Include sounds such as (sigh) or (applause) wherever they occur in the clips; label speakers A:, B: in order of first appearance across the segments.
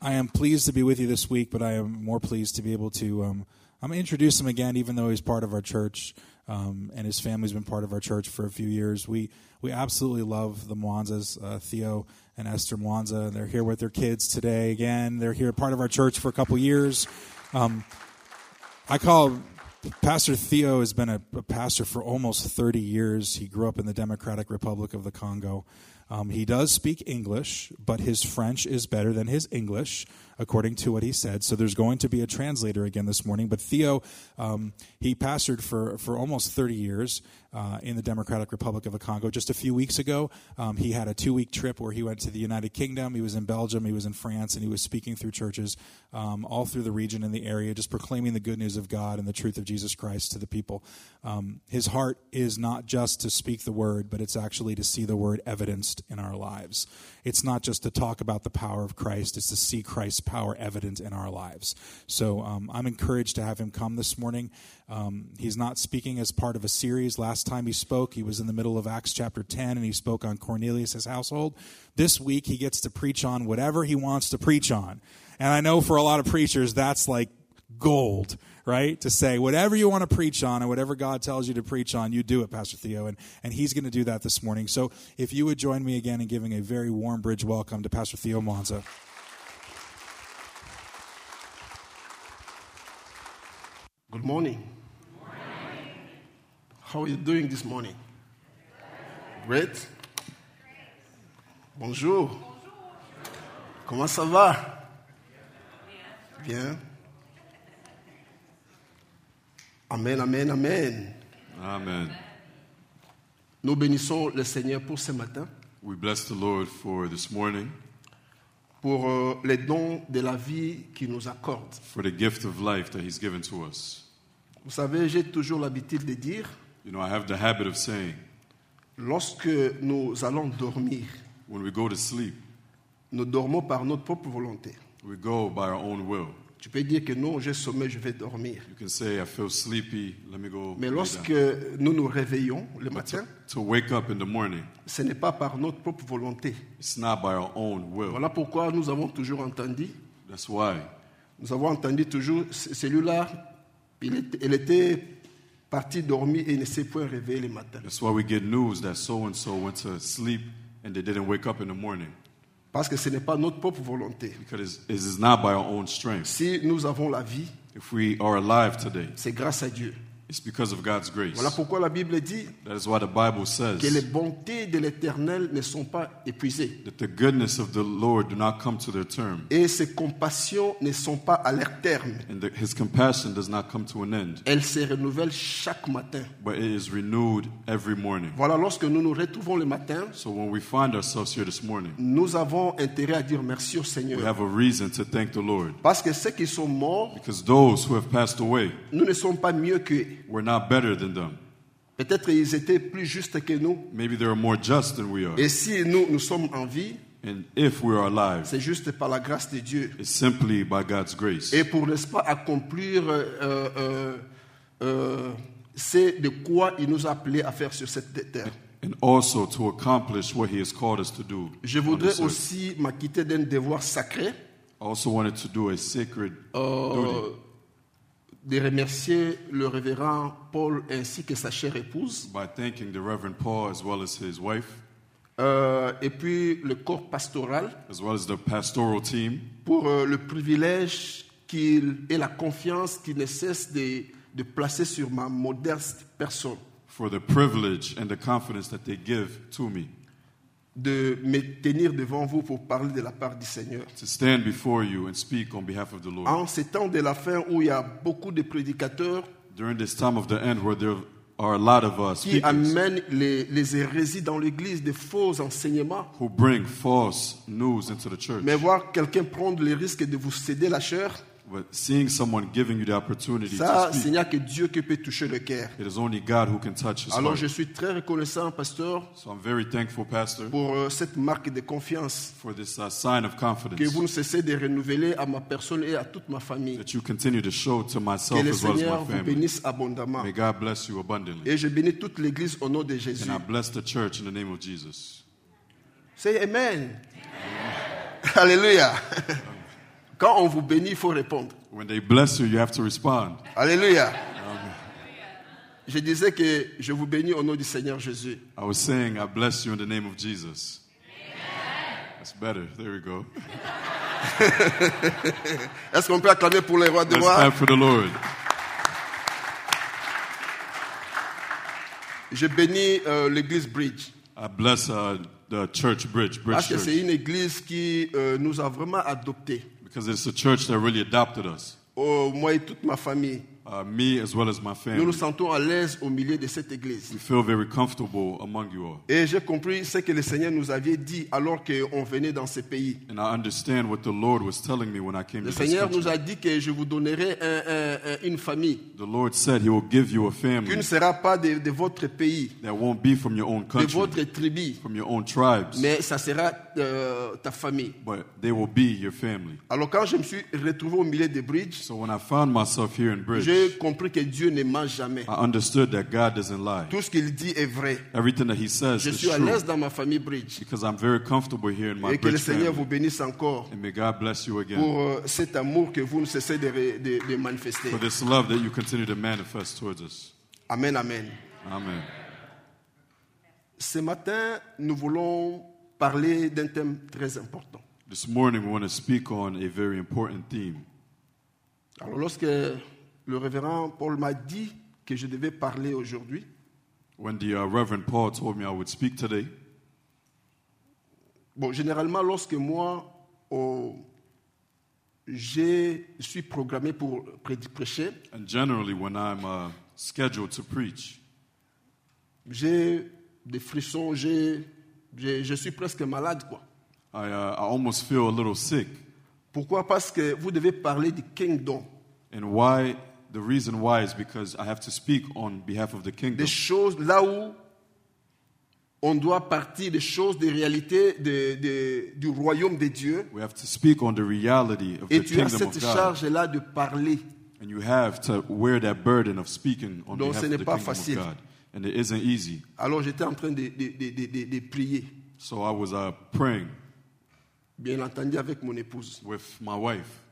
A: I am pleased to be with you this week, but I am more pleased to be able to. Um, I'm going to introduce him again, even though he's part of our church um, and his family's been part of our church for a few years. We we absolutely love the Mwanzas, uh, Theo and Esther Mwanza. They're here with their kids today again. They're here part of our church for a couple years. Um, I call Pastor Theo has been a, a, pastor for almost 30 years. He grew up in the Democratic Republic of the Congo. Um, he does speak English, but his French is better than his English, according to what he said. So there's going to be a translator again this morning. But Theo, um, he pastored for, for almost 30 years uh, in the Democratic Republic of the Congo. Just a few weeks ago, um, he had a two week trip where he went to the United Kingdom. He was in Belgium, he was in France, and he was speaking through churches um, all through the region and the area, just proclaiming the good news of God and the truth of Jesus. Jesus Christ to the people. Um, his heart is not just to speak the word, but it's actually to see the word evidenced in our lives. It's not just to talk about the power of Christ, it's to see Christ's power evident in our lives. So um, I'm encouraged to have him come this morning. Um, he's not speaking as part of a series. Last time he spoke, he was in the middle of Acts chapter 10 and he spoke on Cornelius' household. This week, he gets to preach on whatever he wants to preach on. And I know for a lot of preachers, that's like gold, right? To say whatever you want to preach on and whatever God tells you to preach on, you do it, Pastor Theo. And, and he's going to do that this morning. So if you would join me again in giving a very warm bridge welcome to Pastor Theo Monza.
B: Good morning. Good morning. How are you doing this morning? Great. Great. Bonjour. Bonjour. Comment ça va? Bien. Bien. Amen, amen, amen.
C: Amen.
B: Nous bénissons le Seigneur pour ce matin.
C: We bless the Lord for this morning.
B: Pour euh, les dons de la vie qu'il nous accorde.
C: For the gift of life that he's given to us.
B: Vous savez, j'ai toujours l'habitude de dire
C: You know, I have the habit of saying
B: lorsque nous allons dormir,
C: when we go to sleep,
B: nous dormons par notre propre volonté.
C: We go by our own will.
B: Tu peux dire que non, j'ai sommeil, je vais dormir.
C: You can say, I feel sleepy, let me go
B: Mais lorsque nous nous réveillons le matin,
C: to, to wake up in the morning,
B: ce n'est pas par notre propre volonté.
C: It's not by our own will.
B: Voilà pourquoi nous avons toujours entendu.
C: That's why.
B: Nous avons entendu toujours celui-là, il, était, il était parti dormir et ne s'est point réveillé le matin.
C: That's why we get news that so and so went to sleep and they didn't wake up in the morning.
B: Parce que ce n'est pas notre propre volonté.
C: Because it is not by our own strength.
B: Si nous avons la vie,
C: if we are alive today,
B: c'est grâce à Dieu.
C: It's because of God's grace.
B: Voilà pourquoi la Bible dit
C: That is why the Bible says
B: que les bontés de l'Éternel ne sont pas épuisées.
C: That the goodness of the Lord do not come to their term.
B: Et ses compassions ne sont pas à leur terme.
C: And the, his compassion does not come to an end.
B: Elles se renouvellent chaque matin.
C: But it is renewed every morning.
B: Voilà, lorsque nous nous retrouvons le matin,
C: so when we find ourselves here this morning,
B: nous avons intérêt à dire merci au Seigneur.
C: We have a reason to thank the Lord.
B: Parce que ceux qui sont morts,
C: because those who have passed away,
B: nous ne sommes pas mieux que
C: We're not better than them.
B: Peut-être ils étaient plus justes que nous.
C: Maybe they are more just than we are.
B: Et si nous nous sommes en vie,
C: And if we are alive,
B: c'est juste par la grâce de Dieu.
C: It's simply by God's grace.
B: Et pour n'est-ce pas accomplir euh, euh, euh, c'est de quoi il nous a appelés à faire sur cette terre.
C: And also to accomplish what He has called us to do.
B: Je voudrais aussi m'acquitter d'un devoir sacré.
C: Also wanted to do a sacred duty
B: de remercier le révérend Paul ainsi que sa chère épouse.
C: By thanking the Reverend Paul as well as his wife.
B: Euh, et puis le corps pastoral.
C: As well as the pastoral team.
B: Pour euh, le privilège qu'il et la confiance qu'il ne cesse de, de placer sur ma modeste personne.
C: For the privilege and the confidence that they give to me.
B: De me tenir devant vous pour parler de la part du Seigneur.
C: To stand before you and speak on behalf of the Lord.
B: En ces temps de la fin où il y a beaucoup de prédicateurs
C: During this time of the end where there are a lot of uh, us
B: qui amènent les, les hérésies dans l'Église, des faux enseignements,
C: who bring false news into the church.
B: mais voir quelqu'un prendre le risque de vous céder la chair,
C: But seeing someone giving you the opportunity
B: ça,
C: to
B: ce
C: speak,
B: n'y a que Dieu qui peut toucher le cœur.
C: it is only God who can touch his
B: Alors
C: heart.
B: je suis très reconnaissant, pasteur,
C: So I'm very thankful, Pastor,
B: pour euh, cette marque de confiance
C: for this uh, sign of confidence
B: que vous ne cessez de renouveler à ma personne et à toute ma famille.
C: that you continue to show to
B: Que
C: myself
B: le
C: as well as
B: Seigneur
C: my
B: vous
C: family.
B: bénisse abondamment.
C: May God bless you abundantly.
B: Et je bénis toute l'Église au nom de Jésus.
C: And I bless the church in the name of Jesus.
B: (laughs) Say Amen. Alléluia. Quand on vous bénit, il faut répondre.
C: When they bless you, you have to respond.
B: Alléluia. Je disais que je vous bénis au nom du Seigneur Jésus.
C: I was saying, I bless you in the name of Jesus. That's better. There we go.
B: Est-ce qu'on peut acclamer pour les rois de
C: Let's
B: gloire
C: clap for the Lord.
B: Je bénis euh, l'église Bridge.
C: I bless uh, the church bridge,
B: Parce
C: bridge
B: que c'est
C: church,
B: une église qui euh, nous a vraiment adoptés.
C: because it's a church that really adopted us.
B: Oh, moi et toute ma famille,
C: Uh, me as well as my
B: nous nous
C: family.
B: sentons à l'aise au milieu de cette église.
C: We feel very comfortable among you all.
B: Et j'ai compris ce que le Seigneur nous avait dit alors qu'on venait dans ce pays.
C: And I understand what the Lord was telling me when I came
B: Le
C: to this
B: Seigneur
C: country.
B: nous a dit que je vous donnerai un- un- un- une famille
C: The Lord said He will give you a
B: qui ne
C: family
B: sera pas de, de votre pays,
C: that won't be from your own
B: de
C: country,
B: votre tribu,
C: from your own tribes,
B: mais ça sera euh, ta famille.
C: but they will be your family.
B: Alors quand je me suis retrouvé au milieu des bridges,
C: So when I found myself here in Bridge, Ah.
B: j'ai compris que Dieu ne ment jamais.
C: I understood that God doesn't lie.
B: Tout ce qu'il dit est vrai.
C: Everything that He says
B: Je
C: is
B: suis à
C: true
B: l'aise dans ma famille bridge.
C: because I'm very comfortable here in my
B: Et que le
C: Bridge
B: Seigneur
C: family.
B: vous bénisse encore
C: And may God bless you again
B: pour euh, cet amour que vous ne cessez de, ré- de- de manifester.
C: for this love that you continue to manifest towards us.
B: Amen, amen.
C: Amen.
B: Ce matin, nous voulons parler d'un thème très important.
C: This morning we want to speak on a very important theme.
B: Alors lorsque le révérend Paul m'a dit que je devais parler aujourd'hui,
C: When the uh, Reverend Paul told me I would speak today,
B: bon, généralement lorsque moi, oh, je suis programmé pour prédi- prêcher,
C: and generally when I'm uh, scheduled to preach,
B: j'ai des frissons, j'ai- j'ai- je suis presque malade. quoi.
C: I, uh, I almost feel a little sick.
B: Pourquoi Parce que vous devez parler du kingdom.
C: And why? The reason why is because I have to speak on behalf of the kingdom.
B: des choses là où on doit partir des choses, des réalités de- de- du royaume de Dieu.
C: We have to speak on the reality of
B: Et
C: the
B: tu as
C: kingdom
B: cette
C: of God.
B: charge-là de parler.
C: And you have to wear that burden of speaking on
B: Donc,
C: behalf
B: ce
C: of
B: n'est
C: the
B: pas
C: kingdom
B: facile.
C: of God. And it isn't easy.
B: Alors j'étais en train de, de- de- de- de- de prier,
C: So I was uh, praying
B: bien entendu avec mon épouse.
C: with my wife.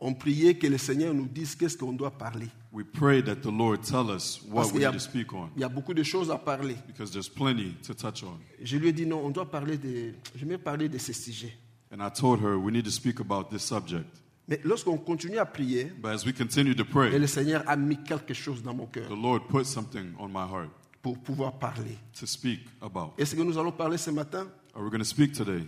B: On priait que le Seigneur nous dise qu'est-ce qu'on doit parler.
C: We pray that the Lord tell us
B: Parce
C: what
B: qu'il
C: we
B: y, a-
C: need to speak on.
B: il y a beaucoup de choses à parler.
C: Because there's plenty to touch on.
B: Je lui ai dit non, on doit parler de... Je vais parler de ce sujet.
C: And I told her we need to speak about this subject.
B: Mais lorsqu'on continue à prier,
C: But as we continue to
B: et
C: pray,
B: le Seigneur a mis quelque chose dans mon
C: the
B: cœur
C: Lord put something on my heart
B: pour pouvoir parler.
C: to speak about.
B: Et ce que nous allons parler ce matin,
C: Are we going to speak today?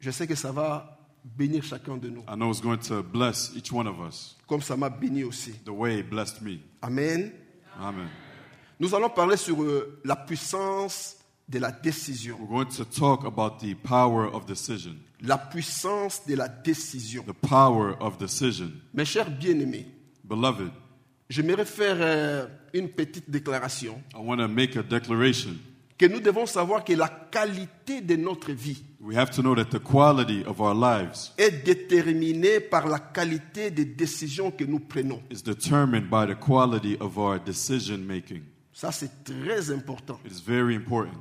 B: Je sais que ça va bénir chacun de nous,
C: I know it's going to bless each one of us
B: comme ça m'a béni aussi.
C: the way it blessed me.
B: Amen.
C: Amen.
B: Nous allons parler sur euh, la puissance de la décision.
C: We're going to talk about the power of decision.
B: La puissance de la décision.
C: The power of decision.
B: Mes chers bien-aimés,
C: Beloved,
B: j'aimerais faire euh, une petite déclaration
C: I want to make a declaration.
B: que nous devons savoir que la qualité de notre vie
C: We have to know that the quality of our lives
B: est déterminée par la qualité des décisions que nous prenons.
C: is determined by the quality of our decision making.
B: Ça, c'est très important.
C: It is very important.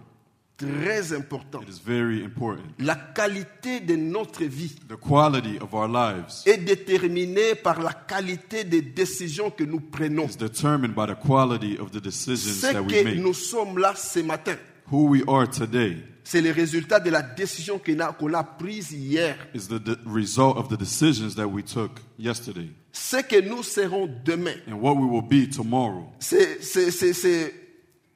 B: Très important.
C: It is very important.
B: La qualité de notre vie
C: The quality of our lives
B: est déterminée par la qualité des décisions que nous prenons.
C: is determined by the quality of the decisions
B: Ce
C: that we
B: que nous
C: make.
B: sommes là ce matin,
C: Who we are today
B: c'est le résultat de la décision qu'on a, qu'on a prise hier.
C: is the de- result of the decisions that we took yesterday.
B: Ce que nous serons demain,
C: And what we will be tomorrow
B: c'est c'est- c'est- c'est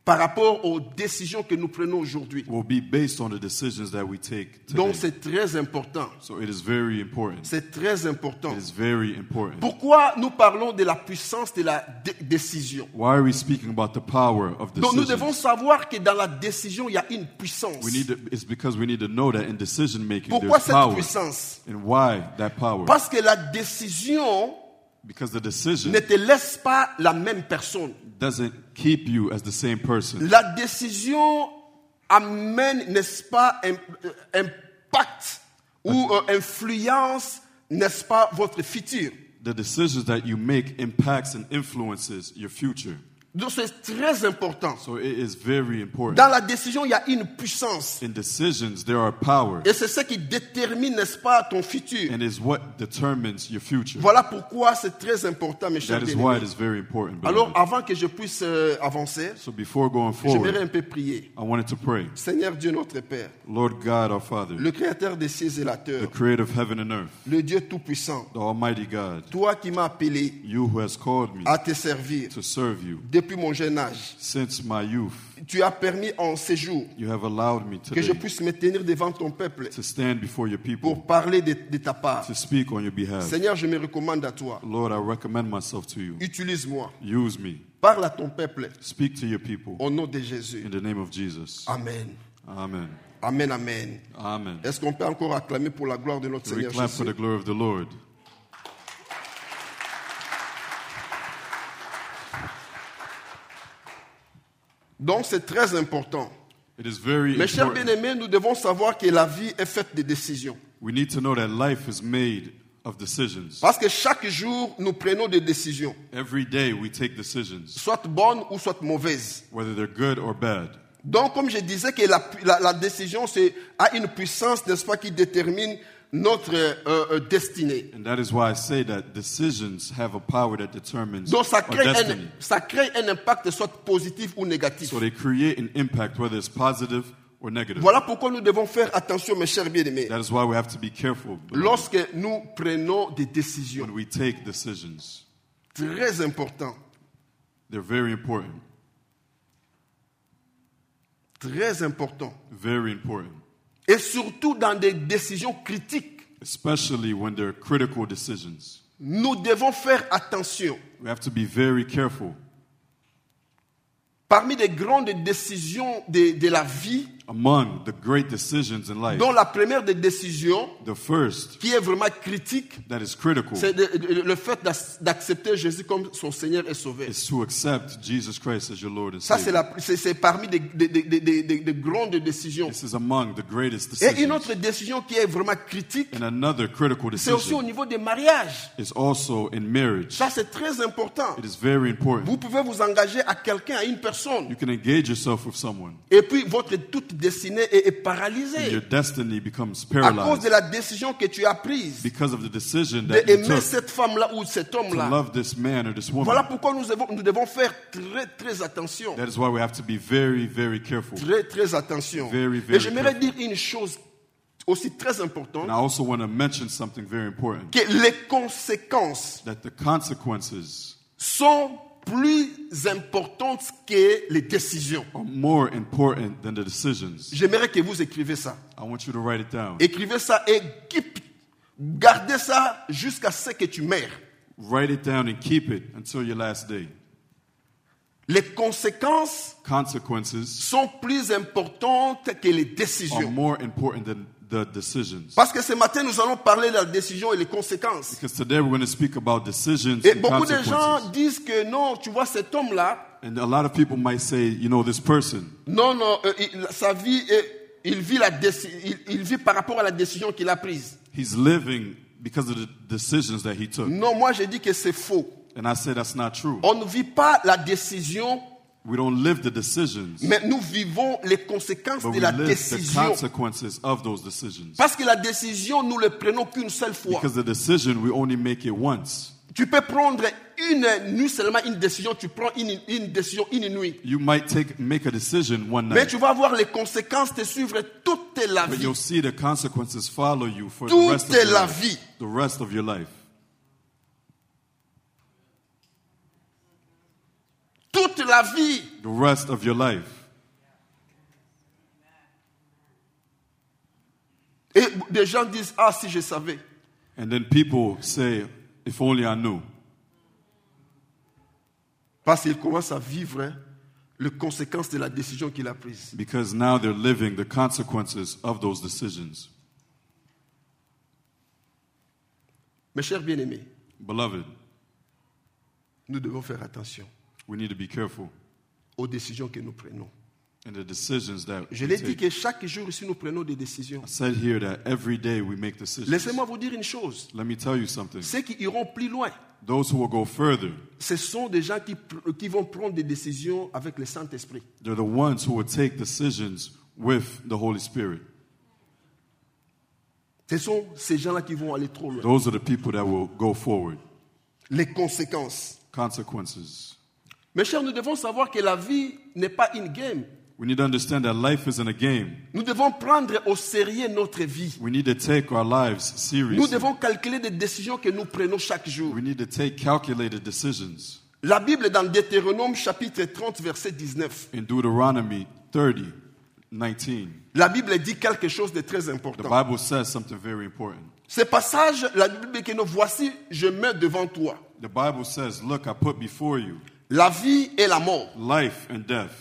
B: par rapport aux décisions que nous prenons aujourd'hui.
C: will be based on the decisions that we take
B: Donc
C: today.
B: c'est très important.
C: So it is very important.
B: C'est très important.
C: It is very important.
B: Pourquoi nous parlons de la puissance de la dé- décision
C: Why are we speaking about the power of
B: Donc nous devons
C: decisions?
B: savoir que dans la décision, il y a une puissance.
C: We need to, it's because we need to know that in decision making
B: Pourquoi
C: there's
B: cette
C: power.
B: puissance
C: And why that power?
B: Parce que la décision
C: Because the decision
B: ne te laisse pas la même personne.
C: doesn't keep you as the same person.
B: La décision amène, n'est-ce pas, un, euh, impact ou euh, influence, n'est-ce pas, votre futur.
C: The decisions that you make impacts and influences your future.
B: Donc c'est très important.
C: So it is very important.
B: Dans la décision, il y a une puissance.
C: In decisions, there are powers,
B: Et c'est ce qui détermine, n'est-ce pas, ton futur.
C: and is what determines your future.
B: Voilà pourquoi c'est très important, mes chers
C: That is
B: bien
C: why it is very important.
B: Alors,
C: beloved.
B: avant que je puisse euh, avancer,
C: so before going
B: j'aimerais un
C: forward,
B: peu prier.
C: I wanted to pray.
B: Seigneur Dieu notre Père,
C: Lord God, our Father,
B: le Créateur des cieux et la terre,
C: the creator of heaven and earth,
B: le Dieu Tout-Puissant,
C: the Almighty God,
B: toi qui m'as appelé
C: you who has called me
B: à te servir
C: to serve you
B: depuis mon jeune âge,
C: since my youth,
B: tu as permis en ces jours
C: you have allowed me
B: que je
C: today
B: puisse me tenir devant ton peuple
C: to stand before your
B: pour
C: people,
B: parler de, de ta part.
C: to speak on your behalf.
B: Seigneur, je me recommande à toi.
C: Lord, I recommend myself to you.
B: Utilise-moi.
C: Use me.
B: Parle à ton peuple
C: Speak to your people
B: au nom de Jésus.
C: in the name of Jesus.
B: Amen.
C: Amen.
B: Amen, amen.
C: Amen.
B: Est-ce qu'on peut encore acclamer pour la gloire de notre
C: We
B: Seigneur
C: clap for
B: Jésus?
C: the glory of the Lord.
B: Donc c'est très important.
C: It is very
B: Mes chers
C: important.
B: bien-aimés, nous devons savoir que la vie est faite de décisions.
C: We need to know that life is made of decisions.
B: Parce que chaque jour, nous prenons des décisions,
C: Every day we take decisions,
B: soit bonnes ou soit mauvaises.
C: whether they're good or bad.
B: Donc, comme je disais, que la, la- la décision c'est, a une puissance, n'est-ce pas, qui détermine notre euh, euh, destinée.
C: And that is why I say that decisions have a power that determines our
B: Donc, ça crée, un,
C: destiny.
B: ça crée un impact, soit positif ou négatif.
C: So they create an impact, whether it's positive or negative.
B: Voilà pourquoi nous devons faire attention, mes chers bien-aimés,
C: That is why we have to be careful beloved,
B: lorsque nous prenons des décisions.
C: when we take decisions.
B: Très important,
C: They're very important.
B: très important.
C: Very important.
B: Et surtout dans des décisions critiques,
C: Especially when they're critical decisions.
B: nous devons faire attention.
C: We have to be very careful.
B: Parmi les grandes décisions de, de la vie,
C: Among the great decisions in life,
B: dont la première des décisions,
C: the first
B: qui est vraiment critique,
C: that is critical
B: c'est de- de- le fait d'ac- d'accepter Jésus comme son Seigneur et Sauveur.
C: is to accept Jesus Christ as your Lord and
B: Ça, c'est
C: Savior.
B: la- c'est- c'est parmi des, des- des- des- des- des- des grandes décisions.
C: This is among the greatest decisions.
B: Et une autre décision qui est vraiment critique,
C: And another critical
B: c'est aussi au
C: decision
B: niveau des mariages.
C: is also in marriage.
B: Ça, c'est très important.
C: It is very important.
B: Vous pouvez vous engager à quelqu'un, à une
C: You
B: personne,
C: can engage yourself with someone,
B: et puis votre toute destinée est, est
C: and
B: paralysée
C: your destiny becomes
B: à cause
C: paralyzed
B: de la décision que tu as prise
C: because of the decision that you
B: d'aimer
C: took
B: cette femme-là ou cet
C: to
B: homme-là.
C: love this man or this
B: Voilà
C: woman.
B: pourquoi nous, avons- nous devons faire très très attention.
C: That is why we have to be very, very careful.
B: Très très attention.
C: Very, very
B: Et j'aimerais
C: careful.
B: dire une chose aussi très importante,
C: And I also want to mention something very important
B: que les conséquences
C: that the consequences
B: sont plus importantes que les décisions.
C: are more important than the decisions.
B: J'aimerais que vous écrivez ça.
C: I want you to write it down.
B: Écrivez ça et keep- gardez ça jusqu'à ce que tu meurs.
C: Write it down and keep it until your last day.
B: Les conséquences
C: Consequences
B: sont plus importantes que les
C: are
B: décisions.
C: more important than the decisions.
B: Parce que ce matin, nous allons parler de la décision et les conséquences.
C: Because today we're going to speak about decisions
B: Et
C: and
B: beaucoup de gens
C: consequences.
B: disent que non, tu vois, cet homme-là,
C: And a lot of people might say, you know, this person,
B: non, non, euh, il- sa vie, est- il, vit la déci- il, il vit par rapport à la décision qu'il a prise.
C: he's living because of the decisions that he took.
B: Non, moi, je dis que c'est faux.
C: And I say that's not true.
B: On ne vit pas la décision,
C: We don't live the decisions,
B: mais nous vivons les conséquences
C: but
B: de
C: we
B: la
C: live the
B: décision.
C: consequences of those decisions.
B: Parce que la décision, nous ne le prenons qu'une seule fois.
C: Because the decision, we only make it once.
B: Tu peux prendre une nuit seulement une décision, tu prends une, une décision une nuit.
C: You might take make a decision one
B: Mais
C: night,
B: tu vas voir les conséquences te suivre toute la
C: but
B: vie.
C: you'll see the consequences follow you for the
B: Toute
C: rest of your
B: la
C: life.
B: vie.
C: The rest of your life.
B: Toute la vie.
C: The rest of your life.
B: Et des gens disent, ah si je savais.
C: And then people say, if only I knew.
B: Parce qu'il commence à vivre hein, les conséquences de la décision qu'il a prise.
C: Because now they're living the consequences of those decisions.
B: Mes chers bien-aimés,
C: Beloved,
B: nous devons faire attention
C: we need to be careful
B: aux décisions que nous prenons.
C: and the decisions that
B: Je
C: we
B: l'ai dit
C: take.
B: que chaque jour ici, nous prenons des décisions.
C: I said here that every day we make decisions.
B: Laissez-moi vous dire une chose.
C: Let me tell you something.
B: Ceux qui iront plus loin,
C: Those who will go further,
B: ce sont des gens qui, pr- qui vont prendre des décisions avec le Saint-Esprit.
C: they're the ones who will take decisions with the Holy Spirit.
B: Ce sont ces gens-là qui vont aller trop loin.
C: Those are the people that will go forward.
B: Les conséquences.
C: Consequences.
B: Mes chers, nous devons savoir que la vie n'est pas une game.
C: We need to understand that life isn't a game.
B: Nous devons prendre au sérieux notre vie.
C: We need to take our lives
B: Nous
C: seriously.
B: devons calculer des décisions que nous prenons chaque jour.
C: We need to take calculated decisions.
B: La Bible, dans Deutéronome chapitre 30, verset 19,
C: In Deuteronomy 30, 19,
B: la Bible dit quelque chose de très
C: the
B: important.
C: Bible says something very important.
B: Ce passage, la Bible dit que nous voici, je mets devant toi
C: The Bible says, Look, I put before you
B: la vie et la mort,
C: life and death,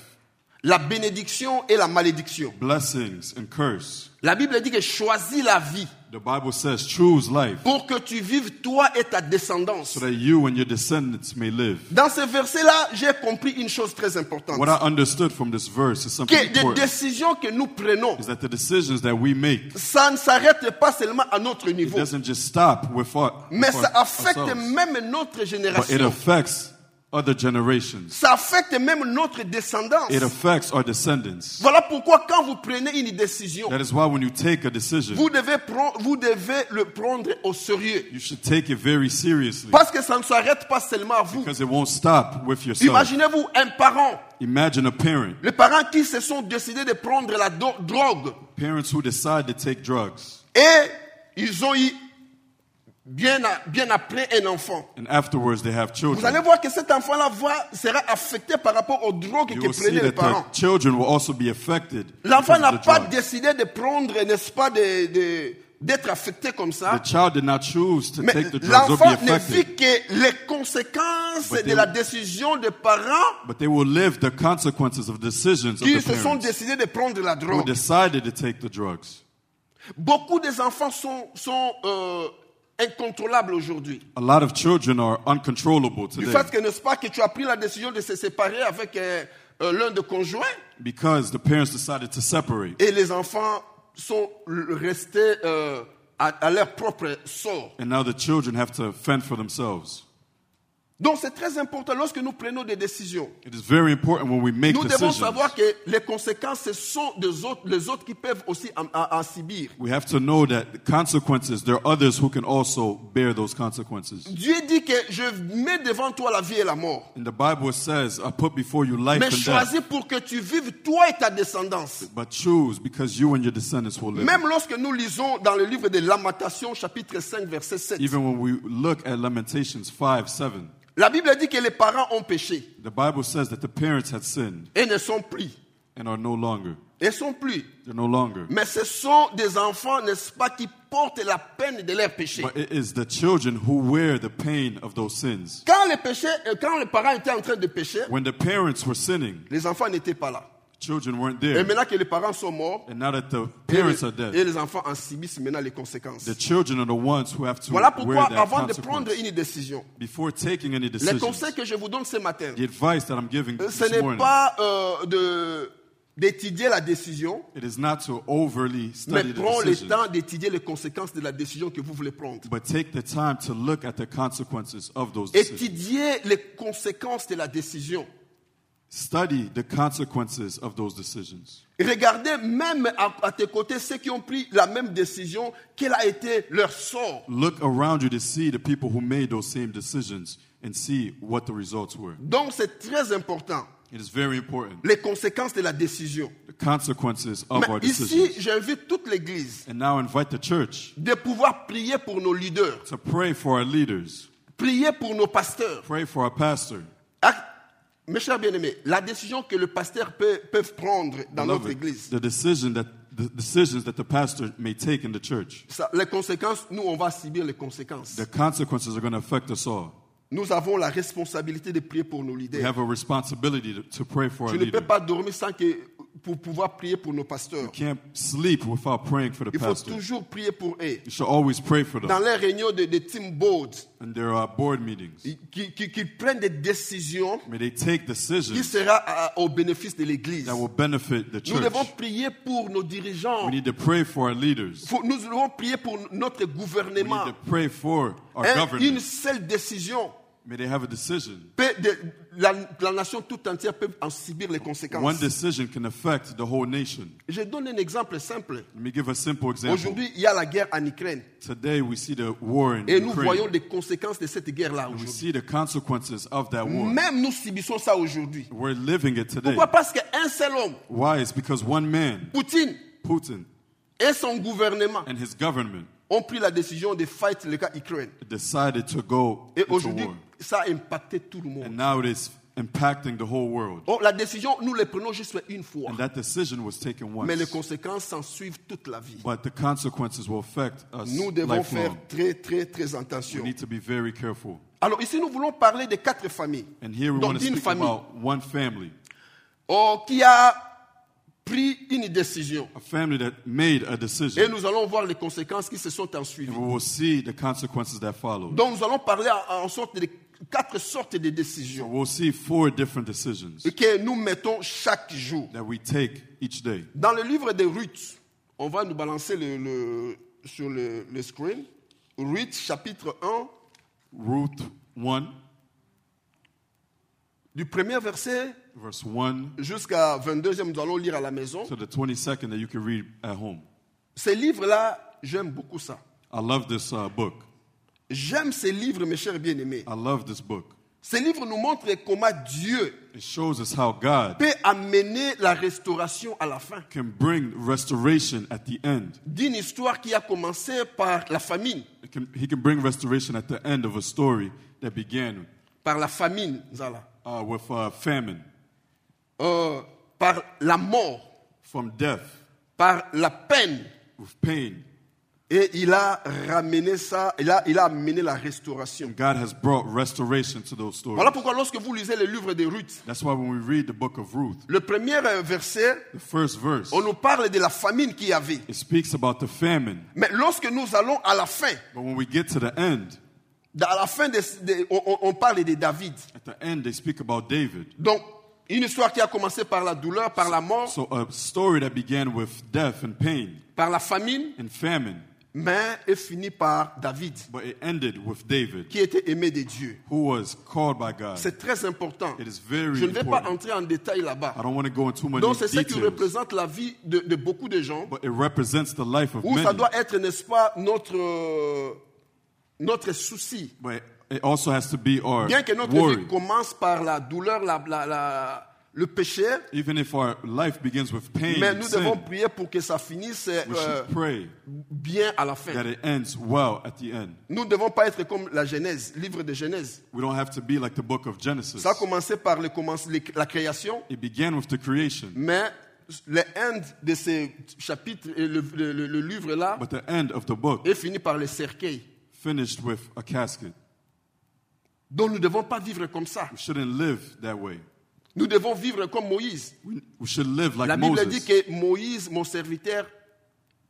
B: la bénédiction et la malédiction.
C: blessings and curse.
B: La Bible dit que choisis la vie
C: The Bible says, Choose life
B: pour que tu vives toi et ta descendance.
C: so that you and your descendants may live.
B: Dans ce verset-là, j'ai compris une chose très importante.
C: What I understood from this verse is something
B: Que des
C: important
B: décisions que nous prenons,
C: is that the decisions that we make
B: ça ne s'arrête pas seulement à notre
C: it
B: niveau,
C: doesn't just stop with us,
B: mais ça affecte
C: ourselves,
B: même notre
C: but it
B: génération.
C: affects other generations.
B: Ça affecte même notre descendance.
C: It affects our descendants.
B: Voilà pourquoi quand vous prenez une décision,
C: That is why when you take a decision,
B: vous devez, prendre, vous devez le prendre au sérieux.
C: you should take it very seriously
B: Parce que ça ne s'arrête pas seulement à vous.
C: because it won't stop with yourself.
B: Imaginez-vous un parent,
C: Imagine a parent,
B: les parents qui se sont décidés de prendre la do- drogue
C: parents who decide to take drugs,
B: et ils ont eu bien, à- bien après un enfant.
C: and afterwards they have
B: Vous allez
C: children.
B: voir que cet enfant-là va- sera affecté par rapport aux drogues
C: You
B: que
C: will see
B: prenaient les
C: that
B: parents.
C: the children will also be affected.
B: L'enfant
C: because of
B: n'a
C: the
B: pas
C: drug.
B: décidé de prendre, n'est-ce pas, de- de- d'être affecté comme
C: The
B: ça.
C: child did not choose to
B: Mais
C: take the drugs or be
B: l'enfant ne
C: affected,
B: vit que les conséquences
C: But
B: de
C: they-
B: la décision des parents
C: but they will live the consequences of decisions of
B: qui
C: the
B: se sont
C: parents
B: décidés de prendre la
C: who
B: drogue.
C: decided to take the drugs.
B: Beaucoup des enfants sont, sont euh, incontrôlables aujourd'hui.
C: A lot of children are uncontrollable
B: Du
C: today
B: fait que, n'est-ce pas, que tu as pris la décision de se séparer avec euh, euh, l'un des conjoints
C: because the parents decided to separate
B: et les enfants sont restés euh, à, à leur propre sort.
C: and now the children have to fend for themselves.
B: Donc c'est très important lorsque nous prenons des décisions.
C: It is very important when we make
B: Nous devons
C: decisions.
B: savoir que les conséquences, ce sont des autres, les autres qui peuvent aussi en, en- en subir.
C: We have to know that the consequences, there are others who can also bear those consequences.
B: Dieu dit que je mets devant toi la vie et la mort,
C: And the Bible says, I put before you life
B: mais
C: and death,
B: choisis pour que tu vives toi et ta descendance.
C: but choose because you and your descendants will live.
B: Même lorsque nous lisons dans le livre de Lamentation, chapitre 5, verset 7,
C: Even when we look at Lamentations 5 7,
B: la Bible dit que les parents ont péché
C: the Bible says that the parents had sinned
B: et ne sont plus.
C: and are no longer.
B: Ils sont plus.
C: They're no longer.
B: Mais ce sont des enfants, n'est-ce pas, qui portent la peine de leurs péchés.
C: But it is the children who wear the pain of those sins.
B: Quand les, péchés, euh, quand les parents étaient en train de pécher,
C: When the parents were sinning,
B: les enfants n'étaient pas là.
C: children weren't
B: Et
C: there.
B: maintenant que les parents sont morts,
C: And now that the
B: et les,
C: parents are
B: et
C: dead,
B: les enfants en subissent maintenant les conséquences.
C: the children are the ones who have to
B: Voilà
C: wear
B: pourquoi,
C: that
B: avant de prendre
C: consequence.
B: une décision,
C: Before taking any
B: les
C: decisions,
B: conseils que je vous donne ce matin,
C: the advice that I'm giving
B: euh, ce
C: this
B: n'est
C: morning,
B: pas euh, de- d'étudier la décision,
C: it is not to overly
B: mais
C: study the
B: prends le
C: decision,
B: temps d'étudier les conséquences de la décision que vous voulez prendre.
C: but take the time to look at the consequences of those decisions.
B: Étudier les conséquences de la décision.
C: Study the consequences of those decisions.
B: Regardez même à, à tes côtés ceux qui ont pris la même décision, quel a été leur sort.
C: Look around you to see the people who made those same decisions and see what the results were.
B: Donc c'est très important,
C: It is very important.
B: les conséquences de la décision.
C: The consequences of
B: Mais
C: our decisions.
B: ici, j'invite toute l'Église
C: And now invite the church
B: de pouvoir prier pour nos leaders,
C: to pray for our leaders,
B: prier pour nos pasteurs.
C: pray for our pastor.
B: Ah, Mes chers bien-aimés, la décision que le pasteur peut, peuvent prendre dans notre
C: Beloved,
B: Église,
C: The decision that the decisions that the pastor may take in the church,
B: ça- les conséquences, nous, on va subir les conséquences.
C: the consequences are going to affect us all.
B: Nous avons la responsabilité de prier pour nos
C: We
B: leaders.
C: have a responsibility to, to pray for our
B: Tu ne peux
C: leaders.
B: pas dormir sans que pour pouvoir prier pour nos pasteurs.
C: Can't sleep without praying for the
B: Il faut
C: pastor.
B: toujours prier pour eux.
C: You should always pray for
B: Dans
C: them.
B: les réunions de, de team board,
C: And there are board meetings.
B: ils- qui- qui- qu'ils prennent des décisions
C: May they take
B: qui
C: decisions
B: sera à- au bénéfice de l'Église.
C: that will benefit the
B: Nous
C: church.
B: devons prier pour nos dirigeants.
C: We need to pray for our leaders.
B: Faut- nous devons prier pour notre
C: We need
B: gouvernement.
C: to pray for our
B: Un- une
C: government.
B: seule décision.
C: May they have a decision.
B: peut- de- la, la nation toute entière peut en subir les conséquences.
C: One decision can affect the whole nation.
B: Je donne un exemple simple.
C: Let me give a simple example.
B: Aujourd'hui, il y a la guerre en Ukraine.
C: Today we see the war in
B: Et nous voyons
C: Ukraine.
B: les conséquences de cette guerre-là
C: We
B: aujourd'hui.
C: see the consequences of that war.
B: Même nous subissons ça aujourd'hui.
C: We're living it today.
B: Pourquoi Parce qu'un seul homme,
C: Why? It's because one man,
B: Poutine
C: Putin,
B: et son gouvernement,
C: and his government
B: ont pris la décision de fight le cas Ukraine.
C: decided to go
B: Et
C: into
B: aujourd'hui,
C: war.
B: ça a impacté tout le monde.
C: And now it is impacting the whole world.
B: Oh, la décision, nous la prenons juste une fois.
C: And that decision was taken
B: Mais les
C: once.
B: conséquences s'en suivent toute la vie.
C: But the consequences will affect us
B: Nous devons faire
C: lifelong.
B: très, très, très
C: We
B: attention.
C: need to be very careful.
B: Alors ici, nous voulons parler de quatre familles.
C: And here we
B: Donc
C: want to
B: d'une
C: speak
B: famille
C: about one family.
B: oh, qui a pris une décision.
C: A family that made a
B: Et
C: decision.
B: nous allons voir les conséquences qui se sont en
C: And
B: suivies.
C: we will see the consequences that follow.
B: Donc nous allons parler en en sorte de quatre sortes de décisions
C: We'll see four different decisions
B: que nous mettons chaque jour.
C: that we take each day.
B: Dans le livre de Ruth, on va nous balancer le, le- sur le, le screen. Ruth, chapitre 1,
C: Ruth 1,
B: du premier verset
C: verse 1
B: jusqu'à 22e, nous allons lire à la maison.
C: to the 22nd that you can read at home.
B: Ces livres-là, j'aime beaucoup ça.
C: I love this uh, book.
B: J'aime ces livres, mes chers bien-aimés.
C: I love this book.
B: Ces livres nous montrent comment Dieu
C: It shows us how God
B: peut amener la restauration à la fin
C: can bring restoration at the end.
B: d'une histoire qui a commencé par la famine.
C: It can- he can bring restoration at the end of a story that began
B: Par la famine, Zala.
C: uh, with uh, famine,
B: Euh, par la mort,
C: from death,
B: par la peine.
C: with pain.
B: Et il a ramené ça, il a, il a amené la restauration.
C: God has brought restoration to those stories.
B: Voilà pourquoi lorsque vous lisez le livre de Ruth,
C: That's why when we read the book of Ruth,
B: le premier euh, verset,
C: the first verse,
B: on nous parle de la famine qu'il y avait.
C: it speaks about the famine.
B: Mais lorsque nous allons à la fin,
C: But when we get to the end,
B: à la fin, des- des- on- on- on parle de David.
C: at the end, they speak about David.
B: Donc, une histoire qui a commencé par la douleur, par la mort,
C: So a story that began with death and pain
B: par la famine,
C: and famine,
B: mais est finie par David,
C: but it ended with David,
B: qui était aimé de Dieu.
C: who was called by God.
B: C'est très important.
C: It is very
B: Je ne vais pas
C: important.
B: entrer en détail
C: I
B: là-bas.
C: don't want to go into too many
B: Donc, c'est ce qui
C: details,
B: représente la vie de, de beaucoup de gens,
C: but it represents the life of
B: où ça
C: many.
B: doit être, n'est-ce pas, notre, euh, notre souci.
C: But it also has to be our
B: Bien que notre vie
C: worry.
B: commence par la douleur, la, la- la- le péché,
C: Even if our life begins with pain
B: mais
C: and
B: nous devons
C: sin,
B: prier pour que ça finisse
C: we
B: euh,
C: should pray
B: bien à la fin.
C: that it ends well at the end.
B: Nous ne devons pas être comme la Genèse, livre de Genèse.
C: We don't have to be like the book of Genesis.
B: Ça a commencé par le commence- le- la création,
C: It began with the creation,
B: mais le end de ce chapitre, et le, le- le- le livre-là,
C: but the end of the book
B: est fini par le cercueil.
C: finished with a casket.
B: Donc nous ne devons pas vivre comme ça.
C: We shouldn't live that way.
B: Nous devons vivre comme Moïse.
C: We, we should live like
B: La Bible dit
C: Moses.
B: que Moïse, mon serviteur,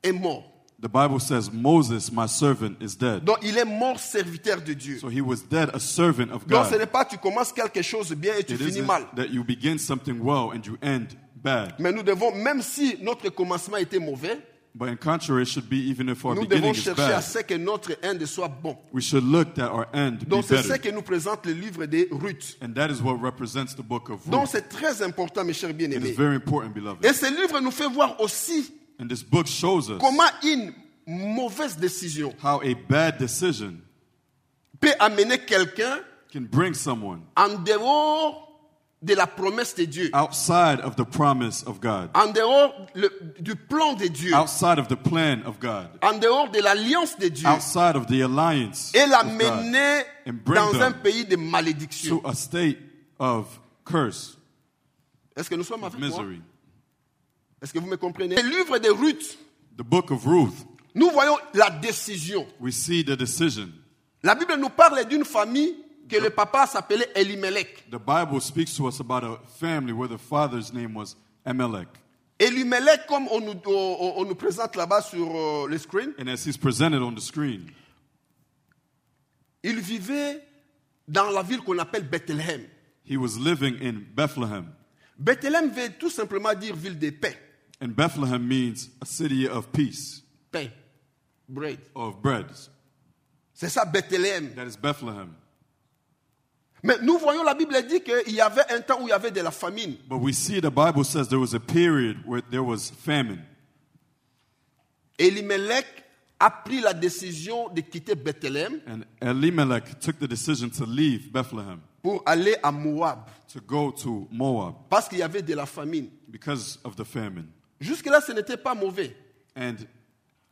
B: est mort.
C: The Bible says, Moses, my servant, is dead.
B: Donc il est mort serviteur de Dieu.
C: So he was dead, a servant of
B: Donc ce
C: God.
B: n'est pas tu commences quelque chose bien et tu
C: It
B: finis
C: isn't
B: mal.
C: that you begin something well and you end bad.
B: Mais nous devons, même si notre commencement était mauvais,
C: But in contrary, it should be even if our
B: nous devons
C: beginning is
B: chercher à
C: bad,
B: ce que notre end soit bon.
C: we should look that our end be
B: Donc c'est ce
C: better.
B: que nous présente le livre de Ruth.
C: And that is what represents the book of
B: Donc
C: Ruth.
B: c'est très important, mes chers
C: It is
B: bien-aimés.
C: very important,
B: Et
C: beloved.
B: ce livre nous fait voir aussi
C: And this book shows us
B: comment une mauvaise décision
C: how a bad decision
B: peut amener quelqu'un
C: can bring someone
B: en dehors de la promesse de Dieu,
C: outside of the promise of God,
B: en dehors le- du plan de Dieu,
C: outside of the plan of God,
B: en dehors de l'alliance de Dieu,
C: outside of the alliance
B: et
C: of God,
B: l'amener
C: And bring
B: dans
C: them
B: un pays de
C: to
B: malédiction.
C: a state of curse,
B: Est-ce que nous sommes avec moi
C: misery.
B: Est-ce que vous me comprenez Le livre de Ruth,
C: The book of Ruth,
B: nous voyons la décision.
C: we see the decision.
B: La Bible nous parle d'une famille que le papa s'appelait Elimelech.
C: The Bible speaks to us about a family where the father's name was Amalek.
B: Elimelech, comme on nous, on- on nous présente là-bas sur euh, le screen,
C: And as he's presented on the screen,
B: il vivait dans la ville qu'on appelle Bethléem.
C: he was living in Bethlehem.
B: Bethléem veut tout simplement dire ville de paix.
C: And Bethlehem means a city of peace,
B: Pain. Bread.
C: or of bread.
B: C'est ça Bethléem.
C: That is Bethlehem.
B: Mais nous voyons, la Bible dit qu'il y avait un temps où il y avait de la famine.
C: But we see the Bible says there was a period where there was famine.
B: Elimelech a pris la décision de quitter Bethléem
C: And Elimelech took the decision to leave Bethlehem,
B: pour aller à Moab
C: to go to Moab
B: parce qu'il y avait de la famine.
C: because of the famine.
B: Jusque-là, ce n'était pas mauvais.
C: And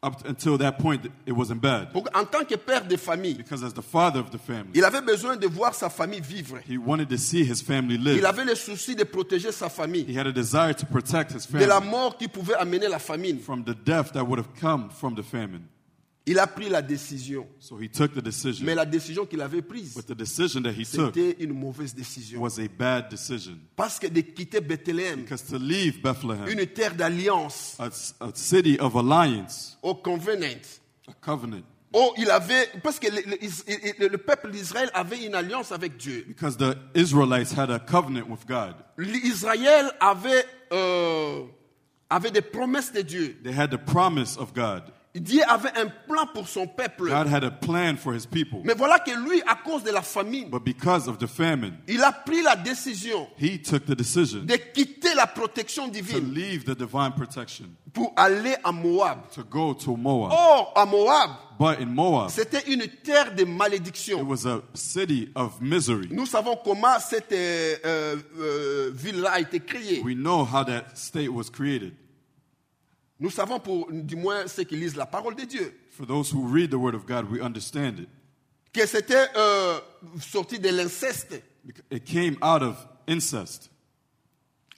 C: up until that point, it wasn't bad.
B: Pour- en tant que père de famille,
C: Because as the father of the family,
B: il avait besoin de voir sa famille vivre.
C: he wanted to see his family
B: Il
C: live.
B: avait le souci de protéger sa
C: He
B: famille
C: had a desire to protect his
B: de la
C: family
B: mort qui pouvait amener la famine.
C: from the death that would have come from the famine.
B: Il a pris la décision.
C: So he took the
B: Mais
C: decision.
B: la décision qu'il avait prise,
C: But the decision that he took
B: c'était une mauvaise décision.
C: was a bad decision.
B: Parce que de quitter Bethléem,
C: Because to leave Bethlehem,
B: une terre d'alliance,
C: a, a city of alliance,
B: au covenant,
C: a covenant,
B: oh, il avait, parce que le, le- Is- il- il- le peuple d'Israël avait une alliance avec Dieu.
C: because the Israelites had a covenant with God.
B: Israël avait, euh, avait des promesses de Dieu.
C: They had the promise of God.
B: Dieu avait un plan pour son peuple.
C: God had a plan for his people.
B: Mais voilà que lui, à cause de la famine,
C: But because of the famine,
B: il a pris la décision
C: he took the decision
B: de quitter la protection
C: to
B: divine
C: leave the divine protection,
B: pour aller à Moab.
C: to go to Moab.
B: Or, à Moab,
C: But in Moab,
B: c'était une terre de
C: it
B: malédiction.
C: was a city of misery.
B: Nous savons comment cette euh, euh, euh, ville-là a été créée.
C: We know how that state was created.
B: Nous savons, pour du moins ceux qui lisent la parole de Dieu,
C: For those who read the word of God, we understand it.
B: que c'était euh, sorti de l'inceste.
C: It came out of incest.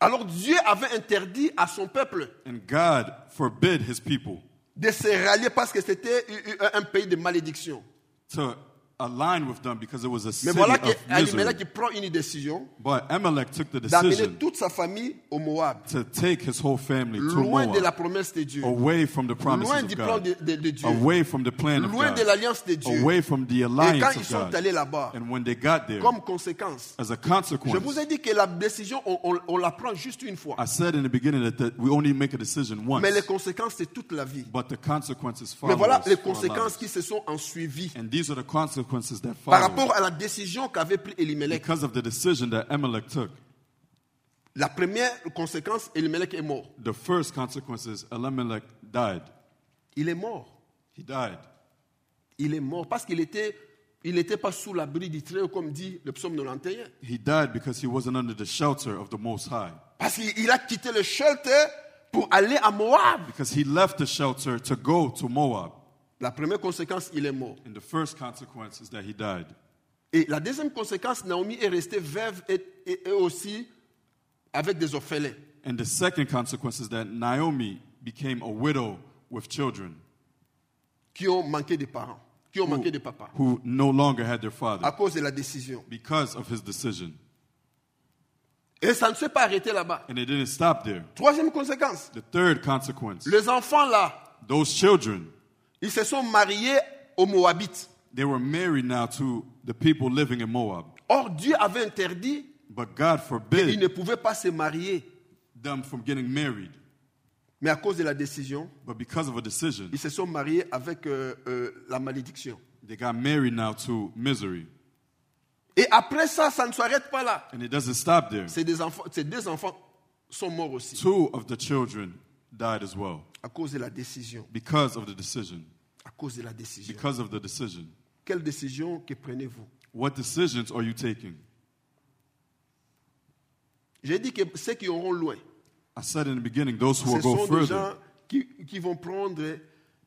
B: Alors Dieu avait interdit à son peuple
C: And God forbid his people
B: de se rallier parce que c'était un- un un pays de malédiction.
C: to align with them because it was a
B: Mais
C: city
B: voilà
C: of misery.
B: qu'Alimelech qui prend une décision
C: But Amalek took the
B: d'amener
C: decision
B: toute sa famille au Moab,
C: to take his whole family to
B: loin de la
C: Moab,
B: promesse de Dieu,
C: away from the
B: loin
C: promises
B: du
C: of
B: plan de,
C: God,
B: de- de Dieu,
C: away from the plan of
B: loin de
C: God,
B: l'alliance de Dieu.
C: away from the
B: Et quand
C: alliance
B: ils
C: of
B: sont allés
C: God.
B: là-bas,
C: And when they got there,
B: comme conséquence,
C: as a
B: je vous
C: consequence,
B: ai dit que la décision, on, on- on la prend juste une fois.
C: I said in the beginning that, that we only make a decision once,
B: Mais les conséquences, c'est toute la vie.
C: but the consequences follow.
B: Mais voilà
C: us
B: les
C: for our
B: conséquences
C: lives.
B: qui se sont en suivies
C: And these are the consequences that
B: par
C: follow
B: rapport à la décision qu'avait pris Elimelech.
C: because of the decision that Amalek took.
B: La première conséquence, Elimelech est mort.
C: The first consequence is Elimelech died.
B: Il est mort.
C: He died
B: Il est mort parce qu'il était, il n'était pas sous l'abri du trait, comme dit le psaume 91.
C: He died because he wasn't under the shelter of the Most High.
B: Parce qu'il il a quitté le shelter pour aller à Moab.
C: Because he left the shelter to go to Moab.
B: La première conséquence, il est mort.
C: And the first consequence is that he died.
B: Et la deuxième conséquence, Naomi est restée veuve et, et- et aussi avec des orphelins.
C: And the second consequence is that Naomi became a widow with children
B: qui ont manqué de parents, qui ont manqué de papa,
C: who no longer had their
B: à
C: father
B: cause de la décision.
C: because of his decision.
B: Et ça ne s'est pas arrêté là-bas.
C: And it didn't stop there.
B: Troisième conséquence,
C: The third consequence
B: les enfants là,
C: those children,
B: ils se sont mariés aux Moabites.
C: they were married now to the people living in Moab.
B: Or Dieu avait interdit,
C: But God
B: ils ne
C: forbid
B: pouvaient pas se marier.
C: them from getting married.
B: Mais à cause de la décision,
C: But because of a decision,
B: ils se sont mariés avec euh, euh, la malédiction.
C: they got married now to misery.
B: Et après ça, ça ne s'arrête pas là.
C: And it doesn't stop there.
B: Ces deux enfants, ces deux enfants sont morts aussi
C: Two of the children died as well
B: à cause de la décision.
C: because of the decision.
B: À cause de la décision.
C: Because of the decision.
B: Quelle décision que prenez-vous
C: What decisions are you taking?
B: J'ai dit que ceux qui auront loin,
C: I said in the beginning, those who
B: Ce
C: will go
B: sont des
C: further
B: gens qui, qui vont prendre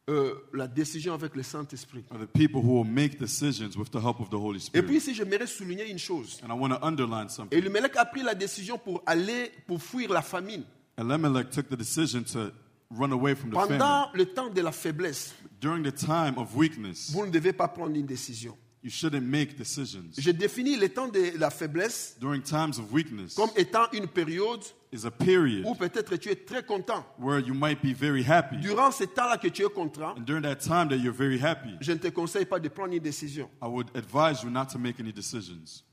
B: euh, la décision avec le Saint-Esprit.
C: are the people who will make decisions with the help of the Holy
B: Et puis
C: Spirit.
B: ici, j'aimerais souligner une chose.
C: And I want to underline something.
B: Elimelech a pris la décision pour aller, pour fuir la famine.
C: Elimelech took the decision to run away from the family.
B: Pendant le temps de la faiblesse,
C: During the time of weakness,
B: vous ne devez pas prendre une décision.
C: You shouldn't make decisions.
B: Je définis le temps de la faiblesse
C: During times of weakness
B: comme étant une période
C: is a
B: où
C: period
B: peut-être tu es très content.
C: where you might be very happy.
B: Durant ce temps-là que tu es content,
C: And during that time that you're very happy,
B: je ne te conseille pas de prendre une décision.
C: I would advise you not to make any decisions.